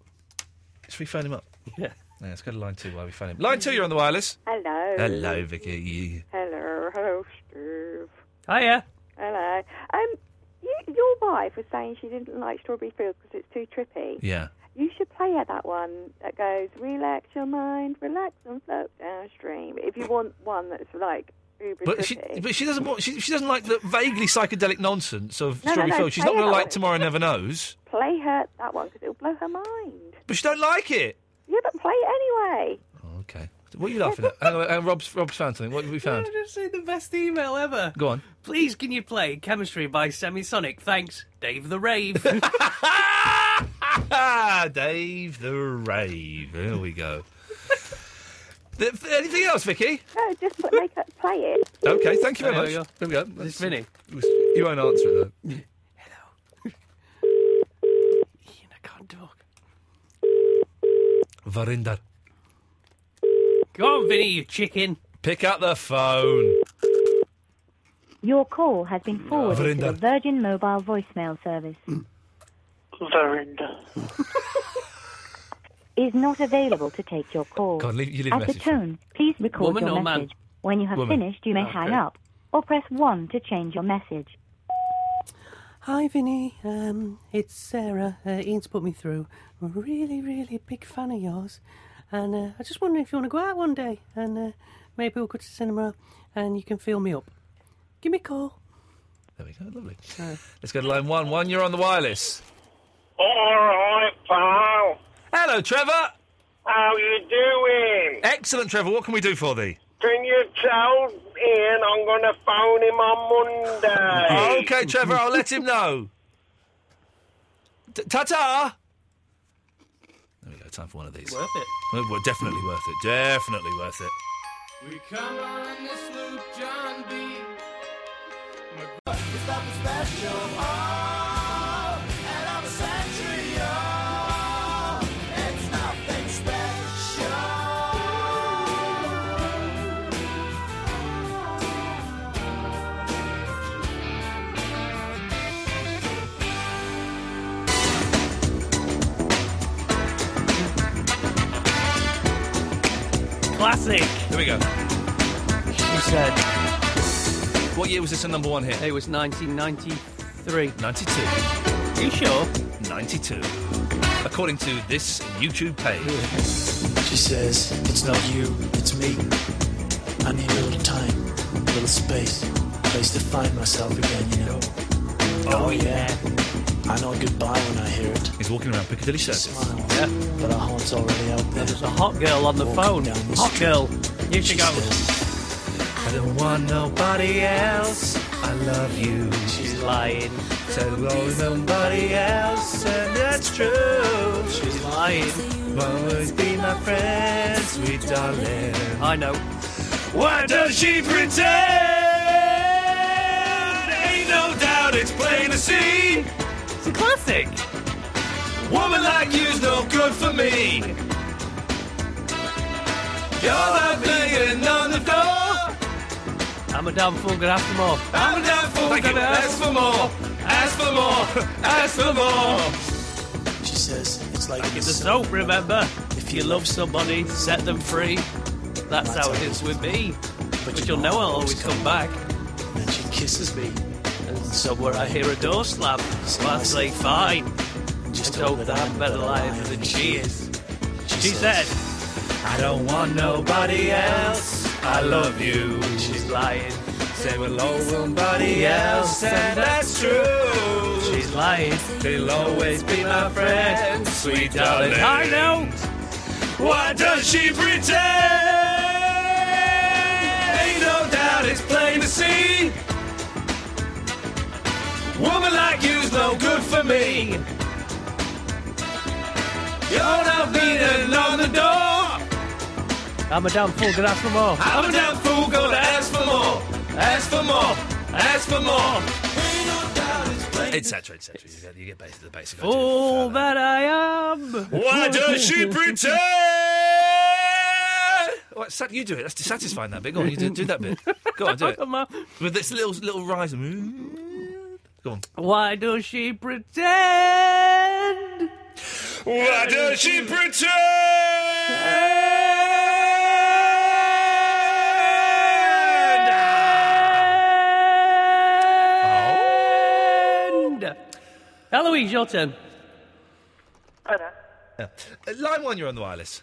S5: Should we phone him up?
S10: Yeah.
S5: Yeah, let's go to line two while we phone him. Line two, you're on the wireless.
S4: Hello.
S5: Hello, Vicky.
S4: Hello. Hello, Steve.
S10: Hiya.
S4: Hello. Um, you, your wife was saying she didn't like Strawberry Fields because it's too trippy.
S5: Yeah.
S4: You should play her that one that goes, relax your mind, relax and float downstream. If you want one that's like uber
S5: But
S4: trippy.
S5: she, but she doesn't want. She, she doesn't like the vaguely psychedelic nonsense of
S4: No, no,
S5: Strawberry
S4: no,
S5: Fields. She's
S4: play
S5: not going to
S4: it.
S5: like Tomorrow Never Knows.
S4: Play her that one because it'll blow her mind.
S5: But she don't like it.
S4: Yeah, but play it anyway.
S5: Okay. What are you laughing at? Hang on, hang on, Rob's Rob's found something. What have we found?
S10: I just say the best email ever.
S5: Go on.
S10: Please, can you play Chemistry by Semisonic? Thanks, Dave the Rave.
S5: Ah, Dave the Rave. There we go. Th- anything else, Vicky?
S4: No, just put, make her play it.
S5: Okay, thank you very
S10: There
S5: much.
S10: we go.
S5: There we go.
S10: This is Vinny.
S5: You won't answer it though. Varinder.
S10: Go on, Vinny, you chicken.
S5: Pick up the phone.
S1: Your call has been forwarded to the
S5: Verinda.
S1: Virgin Mobile voicemail service.
S7: veranda. is not available to take your call.
S5: God, leave- you leave a
S7: At the
S5: message.
S7: tone, please record
S5: Woman
S7: your
S5: or man?
S7: message. When you have
S5: Woman.
S7: finished, you may
S5: Okay.
S7: hang up or press 1 to change your message.
S10: Hi, Vinny. Um, it's Sarah. Uh, Ian's put me through. I'm a really, really big fan of yours. And uh, I just wonder if you want to go out one day and uh, maybe we'll go to the cinema and you can fill me up. Give me a call.
S5: There we go, lovely.
S10: Uh.
S5: Let's go to line one. One, you're on the wireless.
S6: All right, pal.
S5: Hello, Trevor.
S6: How you doing?
S5: Excellent, Trevor. What can we do for thee?
S6: Can you tell Ian I'm going to phone him on Monday?
S5: Okay, Trevor, I'll let him know. Ta ta! There we go, time for one of these.
S10: Worth it.
S5: Well, well, definitely worth it. Definitely worth it.
S26: We come on the sloop John B.
S10: Classic.
S5: Here we go.
S10: She said.
S5: What year was this a number one hit?
S10: It was 1993.
S5: 92.
S10: Are you sure?
S5: 92. According to this YouTube page.
S2: She says, It's not you, it's me. I need a little time, a little space, a place to find myself again, you know. Oh, yeah. I know goodbye when I hear it.
S5: He's walking around Piccadilly Circus.
S2: Yeah. But our heart's already out there.
S10: There's a hot girl on the phone. Hot girl. Here she goes.
S5: I don't want nobody else. I love you.
S10: She's lying.
S5: So long nobody else, and that's true.
S10: She's lying.
S5: Will always be my friend, sweet darling.
S10: I know.
S5: Why does she pretend? Ain't no doubt it's plain to see.
S10: It's a classic.
S5: Woman like you's no good for me. You're the million on the floor.
S10: I'm a damn fool. Gonna have some more.
S5: I'm down for
S10: Thank you.
S5: gonna ask for more. Ask for more. Ask for more.
S2: She says, It's like
S10: It's the soap, remember? If you love somebody, set them free. That's how it is with me. But you'll know I'll always come back.
S2: And she kisses me.
S10: And somewhere I hear a door slam. So I say, fine. Just hope that I'm better alive than she is. She said,
S5: I don't want nobody else. I love you.
S10: She's lying.
S5: Say hello, somebody else, and that's true.
S10: She's lying.
S5: She'll always be my friend, sweet darling.
S10: I know.
S5: Why does she pretend? Ain't no doubt it's plain to see. Woman like you's no good for me. You're not beating on the door.
S10: I'm a damn fool. Gonna have some more.
S5: I'm a damn fool, gonna ask for more. Ask for more. Ask for more. Etc. Etc. You get- You get basic, the basic idea.
S10: Fool that I am.
S5: Why does she pretend? Oh, it's sad- you do it. That's dissatisfying. That bit. Go on, you do, do that bit. Go on, do it. With this little little rise. Go on.
S10: Why does she pretend?
S5: Why does she pretend?
S10: uh, Eloise, your turn.
S5: Yeah. Uh, Line one, you're on the wireless.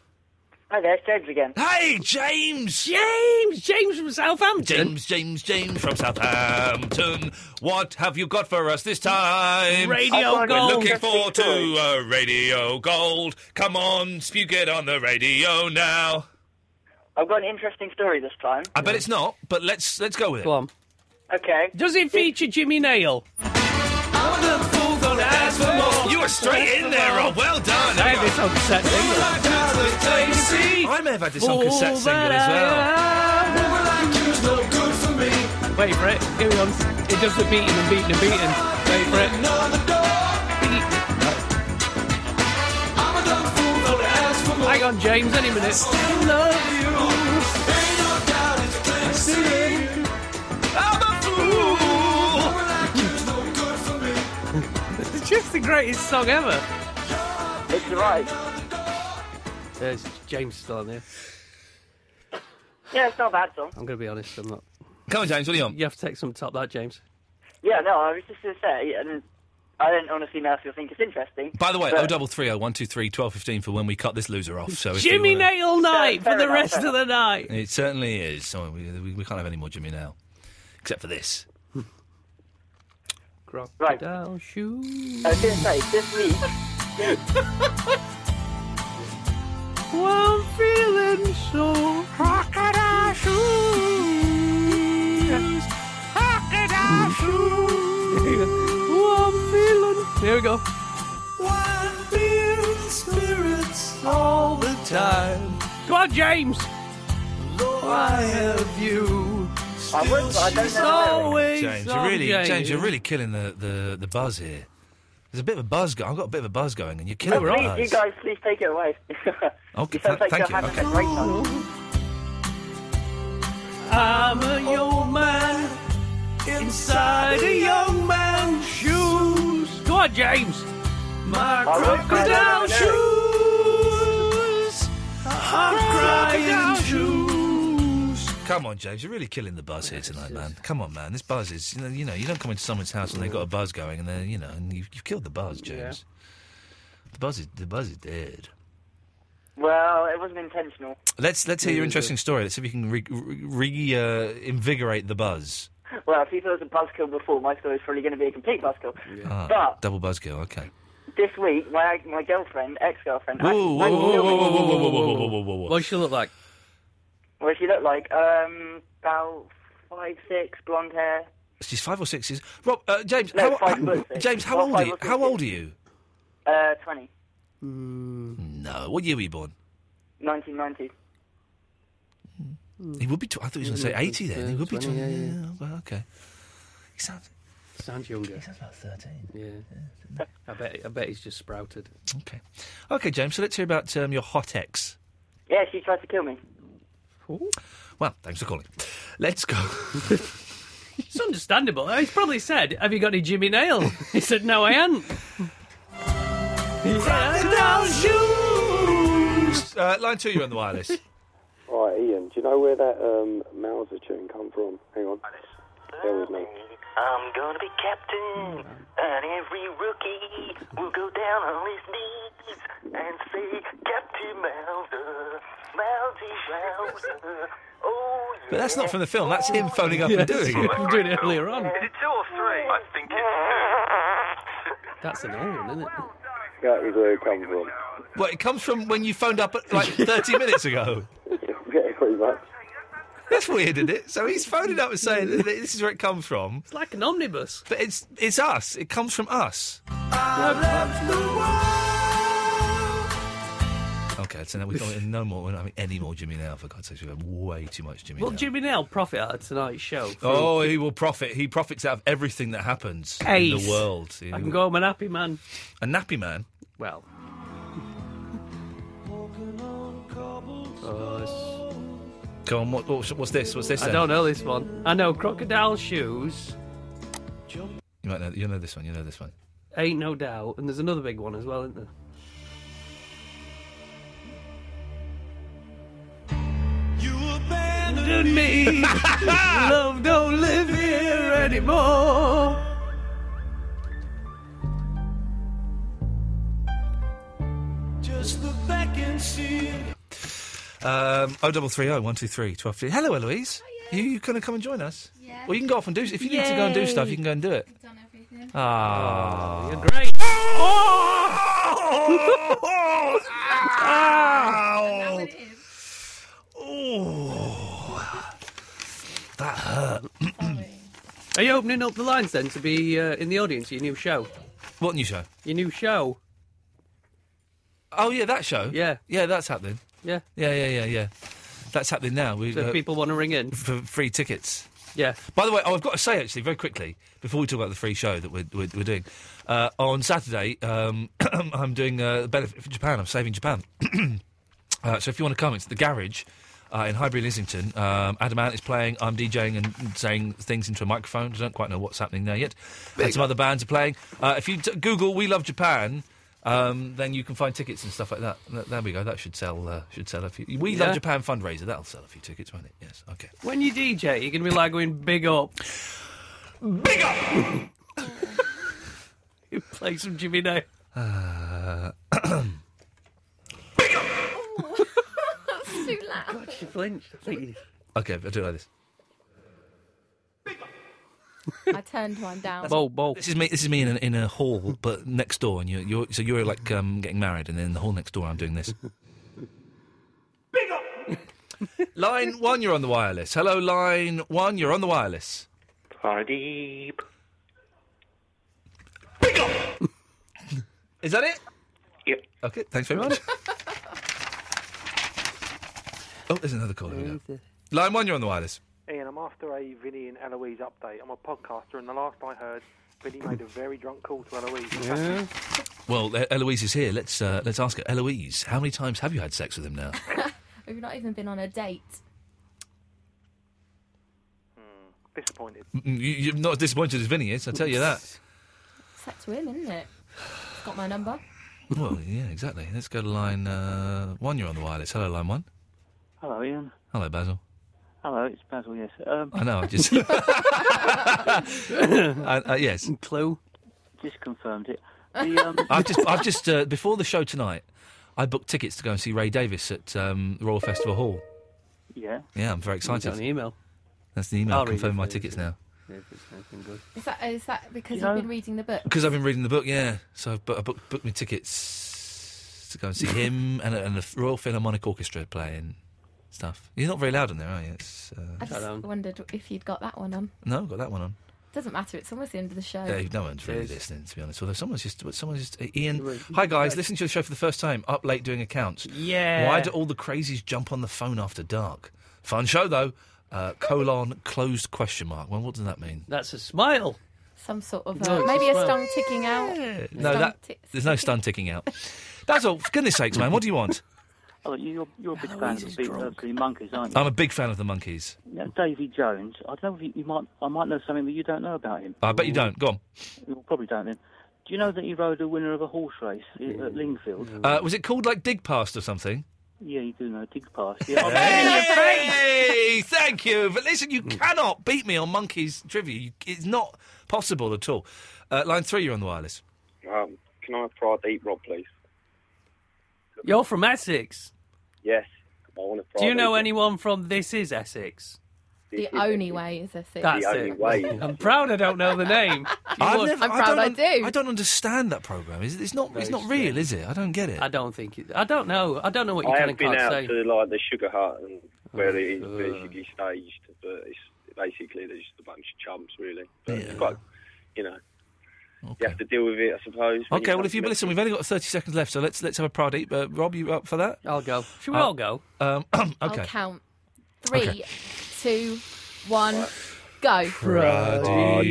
S2: Hi there, it's James again.
S5: Hey, James.
S10: James, James from Southampton.
S5: James, James, James from Southampton. What have you got for us this time?
S10: Radio
S5: We're
S10: gold.
S5: looking forward to uh, Radio Gold. Come on, spew it on the radio now.
S2: I've got an interesting story this time.
S5: I bet it's not, but let's let's go with it.
S10: Go on.
S2: Okay.
S10: Does it feature Jimmy Nail?
S5: You were straight in there, Rob. Well done.
S10: I had this on cassette single.
S5: I may have had this on cassette single as well.
S10: Wait for it. Here we go. It does the beating and beating and beating. Wait for it. Hang on, James. Any minute. It's just the greatest song ever.
S27: It's right.
S10: There's James still on there.
S16: Yeah, it's not a bad song.
S10: I'm going to be honest, I'm not.
S5: Come on, James, what are you on?
S10: You have to take some top that, James.
S16: Yeah, no, I was just going to say, and I don't honestly know if you'll think it's interesting.
S5: By the way,
S16: but-
S5: oh double three oh one two three twelve fifteen for when we cut this loser off. So uh, if you
S10: Jimmy
S5: wanna-
S10: Nail Night
S16: fair
S10: for the
S16: enough,
S10: rest
S16: fair
S10: of the night.
S5: It certainly is. So we, we, we can't have any more Jimmy Nail, except for this.
S10: Crocodile shoes.
S16: I was going to say, this week,
S10: Well, I'm feeling so crocodile shoes. Crocodile shoes. well, I'm feeling. Here we go.
S2: Feeling spirits all the time.
S10: Come on, James.
S2: Though I have you.
S16: I would, I don't know.
S5: James, you're really, James, you're really killing the, the, the buzz here. There's a bit of a buzz. Go- I've got a bit of a buzz going, and you're killing the
S16: please, you
S5: buzz.
S16: guys, please take it away.
S5: Okay,
S16: you sound
S5: th-
S16: like
S5: thank
S16: you're
S5: you.
S16: having
S5: Okay.
S16: a great time.
S10: I'm a young man
S2: inside a young
S10: man's shoes. Come on, James.
S2: My
S10: I will
S2: crocodile
S10: find out.
S2: shoes. I'm crying
S5: Crocodile
S2: shoes.
S5: Come on, James, you're really killing the buzz here tonight, man. Come on, man, this buzz is. You know, you know, you don't come into someone's house and they've got a buzz going, and then you know, and you've, you've killed the buzz, James. The buzz is the buzz is dead.
S16: Well, it wasn't intentional.
S5: Let's let's hear
S16: Yeah,
S10: Mm.
S5: your
S16: yeah,
S5: interesting story. Let's see if you can re, re uh, invigorate the buzz.
S16: Well, if you thought it was a buzzkill before, my story is probably going to be a complete buzzkill.
S5: Ah,
S16: But
S5: double buzzkill. Okay.
S16: this week, my my girlfriend, ex-girlfriend,
S5: Whoa,
S16: actually-
S5: whoa,
S16: I'm
S5: whoa,
S16: still-
S5: whoa, whoa, whoa, whoa, whoa, whoa, whoa, whoa, whoa.
S10: What does she look like?
S16: What does she look like? Um, about five, six, blonde hair.
S5: She's five or six. Is Rob uh, James?
S16: No,
S5: how,
S16: five
S5: how-
S16: foot six.
S5: James, how
S16: Well,
S5: old
S16: five
S5: are you?
S16: foot six,
S5: How old are you?
S16: Uh, 20,
S10: Hmm.
S5: No. What year were you born?
S16: 1990.
S5: He would be. Tw- I thought he was going to say eighty. Then he would be.
S10: 20,
S5: tw-
S10: Mm-hmm. yeah, yeah.
S5: yeah, well, okay. He sounds.
S10: Sounds younger.
S5: He's about 13.
S10: Yeah. I bet I bet he's just sprouted.
S5: Okay. Okay, James. So let's hear about um, your hot ex.
S16: Yeah, she tried to kill me.
S5: Well, thanks for calling. Let's go.
S10: It's understandable. He's probably said, Have you got any Jimmy Nail? he said, No, I ain't.
S2: Crocodile shoes.
S5: Uh, line two, you're on the wireless.
S9: All right, Ian, do you know where that um, Mauser tune come from? Hang on. Bear with me.
S2: I'm gonna be captain, and every rookie will go down on his knees and say, Captain Mauser, Mousy Mauser. Oh,
S5: But that's not from the film. That's him phoning up and doing it.
S10: I'm doing it earlier on.
S2: it two or three? I think it's
S10: That's an old one, isn't it?
S9: That is where it comes from.
S5: Well, it comes from when you phoned up like 30 minutes ago.
S9: yeah, pretty much.
S5: That's weird, isn't it? So he's phoning up and saying that this is where it comes from. It's
S10: like an omnibus.
S5: But it's it's us. It comes from us.
S2: I've left the
S5: Okay, so now we've got no more. We're not having any more Jimmy now. For God's sake, we've had way too much Jimmy.
S10: Will
S5: now.
S10: Jimmy Nail profit out of tonight's show?
S5: Oh, he will profit. He profits out of everything that happens in
S10: Ace.
S5: the world. He
S10: I can
S5: will-
S10: go home a nappy man.
S5: A nappy man.
S10: Well.
S5: Come on, what, what's, what's this? What's this?
S10: I
S5: then?
S10: don't know this one. I know crocodile shoes,
S5: You might know. You know this one. You know this one.
S10: ain't no doubt, and there's another big one as well, isn't there?
S2: You
S10: abandoned me. Love don't live here anymore.
S2: Just look back and see.
S5: Um, oh double three oh one two three twelve fifteen. Hello, Eloise. You you gonna come and join us? Yeah. Well, you can go off and do. If you need to go and do
S2: Yay.
S5: stuff, you can go and do it.
S2: Done everything.
S5: Ah,
S10: you're great.
S2: Oh! Ow!
S5: Oh, that hurt.
S10: Are you opening up the lines then to be uh, in the audience? Your new show.
S5: What new show?
S10: Your new show.
S5: Oh yeah, that show.
S10: Yeah.
S5: Yeah, that's happening.
S10: Yeah.
S5: Yeah, yeah, yeah, yeah. That's happening now. We, uh,
S10: So if people want to ring in
S5: for free tickets.
S10: Yeah.
S5: By the way, oh, I've got to say actually very quickly before we talk about the free show that we're we're, we're doing uh, on Saturday. Um, I'm doing uh, benefit for Japan. I'm saving Japan. uh, so if you want to come, it's the garage. uh, in Highbury, Islington. Um, Adam Ant is playing. I'm DJing and saying things into a microphone. I don't quite know what's happening there yet. And some other bands are playing. Uh, if you t- Google "We Love Japan," um, then you can find tickets and stuff like that. Th- There we go. That should sell. Uh, should sell a few. We
S10: Yeah.
S5: Love Japan fundraiser. That'll sell a few tickets, won't it? Yes. Okay.
S10: When you DJ, you're going to be like going big up.
S5: Big up!
S10: you play some Jimmy Nail.
S5: Uh,
S8: That's too loud.
S10: God, she flinched. I think you-
S5: okay. I'll do it like this.
S8: I turned mine down.
S5: This is me. This is me in a, in a hall, but next door, and you're, you're so you're like um, getting married, and then in the hall next door, I'm doing this. Big up. line one, you're on the wireless. Hello, line one, you're on the wireless. Party. Big up. is that it? Yep. Okay. Thanks very much. oh, there's another caller. we got. Line one, you're on the wireless.
S14: Ian, I'm after a Vinny and Eloise update. I'm a podcaster, and the last I heard, Vinny made a very drunk call to Eloise.
S5: Well, E- Eloise is here. Let's uh, let's ask her. Eloise, how many times have you had sex with him now?
S8: We've not even been on a date.
S14: Disappointed.
S5: Mm, you, you're not as disappointed as Vinny is, I tell you that.
S8: Except to him, isn't it? He's got my number.
S5: well, yeah, exactly. Let's go to line uh, one. You're on the wireless. Hello, line one.
S16: Hello, Ian.
S5: Hello, Basil.
S16: Hello, Oh, it's Basil. Yes. Um,
S5: I know. I just. I, uh, yes.
S16: Clue. Just confirmed it. The, um,
S5: I've just, I've just uh, before the show tonight, I booked tickets to go and see Ray Davis at um, Royal Festival Hall.
S16: Yeah.
S5: Yeah, I'm very excited.
S16: It's on
S5: email. That's the email.
S10: I'll
S5: i
S10: read it
S5: confirming my
S10: for you,
S5: tickets now
S8: Is that is that because
S16: You
S8: you
S16: know-
S8: have been reading the book?
S5: because I've been reading the book. Yeah, so I've bu- I booked, booked my tickets to go and see him and, and the Royal Philharmonic Orchestra playing stuff. You're not very loud in there, are you? It's,
S8: I just
S5: uh,
S8: wondered if you'd got that one on.
S5: no, got that one on.
S8: Doesn't matter. It's almost the end of the show.
S5: Yeah, no one's really listening, to be honest. Although someone's just, someone's just, uh, Ian. Hi guys, listening to the show for the first time. Up late doing accounts.
S10: Yeah.
S5: Why do all the crazies jump on the phone after dark? Fun show though. Uh, colon closed question mark. Well, what does that mean?
S10: That's a smile.
S8: Some sort of
S10: No,
S8: uh,
S10: it's
S8: maybe
S10: a
S8: a
S10: smile.
S8: stung ticking out.
S5: No,
S8: Stung
S5: that
S8: tick-
S5: there's no stun ticking out. That's all. For goodness sakes, man. What do you want?
S16: Oh, you're, you're a big fan of Big Mercury Monkeys, aren't you?
S5: I'm a big fan of the monkeys.
S16: Now, Davy Jones. I don't know if you, you might. I might know something that you don't know about him.
S5: I bet you don't. Go on.
S16: You probably don't. Then. Do you know that he rode a winner of a horse race i- at Lingfield?
S5: Uh, was it called like dig past or something?
S16: yeah, you do know. Dig pass.
S5: Oh,
S16: Yeah,
S5: Hey, thank you. But listen, you cannot beat me on monkeys trivia. You, it's not possible at all. Uh, line three, you're on the wireless.
S9: Um, can I have fried deep rod, please?
S10: You're from Essex.
S9: Yes. I want a fried
S10: Do you know
S9: deep
S10: anyone from This Is Essex?
S8: The only way is a thing.
S10: That's it. I'm proud I don't know the name.
S5: I've
S10: You
S5: never-
S10: would-
S8: I'm proud
S5: don't
S8: I
S5: un-
S8: do.
S5: I don't understand that program. Is it, it's not. it's
S10: Very
S5: not real, is it? I don't get it.
S10: I don't think it. I don't know. I don't know what you
S9: I
S10: can
S9: have
S10: and
S9: been
S10: can't
S9: out
S10: say.
S9: to like the Sugar Hut and
S5: Oh,
S9: where it is
S5: uh.
S9: basically staged, but it's basically there's just a bunch of chumps really. But it's quite, you know, you have to deal with it, I suppose. when
S5: Okay,
S9: you
S5: well,
S9: come
S5: if you
S9: to-
S5: listen, we've only got thirty seconds left, so let's let's have a proud eat. Uh, Rob, you up for that?
S10: I'll go. Should we
S5: Uh,
S10: all go?
S5: Um, okay.
S8: I'll count. Three,
S5: Okay.
S8: two, one, go.
S9: Oh,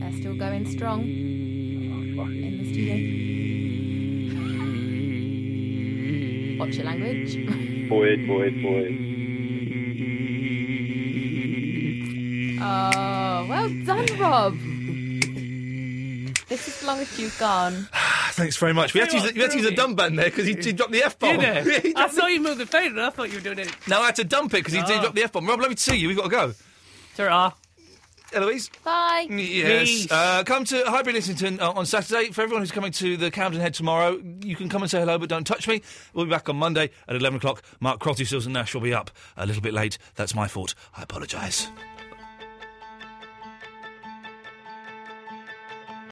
S8: They're still going strong. In the studio. Watch your language.
S9: Boyd, Boyd, Boyd.
S8: Oh, well done, Rob. This is as long as you've gone.
S5: Ah, Thanks very much. We had to use the, we had to use the dumb button there because he, he dropped the f bomb.
S10: Did it? I saw you move the fade and I thought you were doing it.
S5: No, I had to dump it because he, he
S10: Oh.
S5: dropped the f bomb. Rob, let me see you. We've got to go.
S10: Ta-ra.
S5: Eloise.
S8: Bye.
S5: Yes. Uh, come to Highbury Lissington uh, on Saturday. For everyone who's coming to the Camden Head tomorrow, you can come and say hello, but don't touch me. We'll be back on Monday at 11 o'clock. Mark Crotty, Susan Nash will be up a little bit late. That's my fault. I apologise.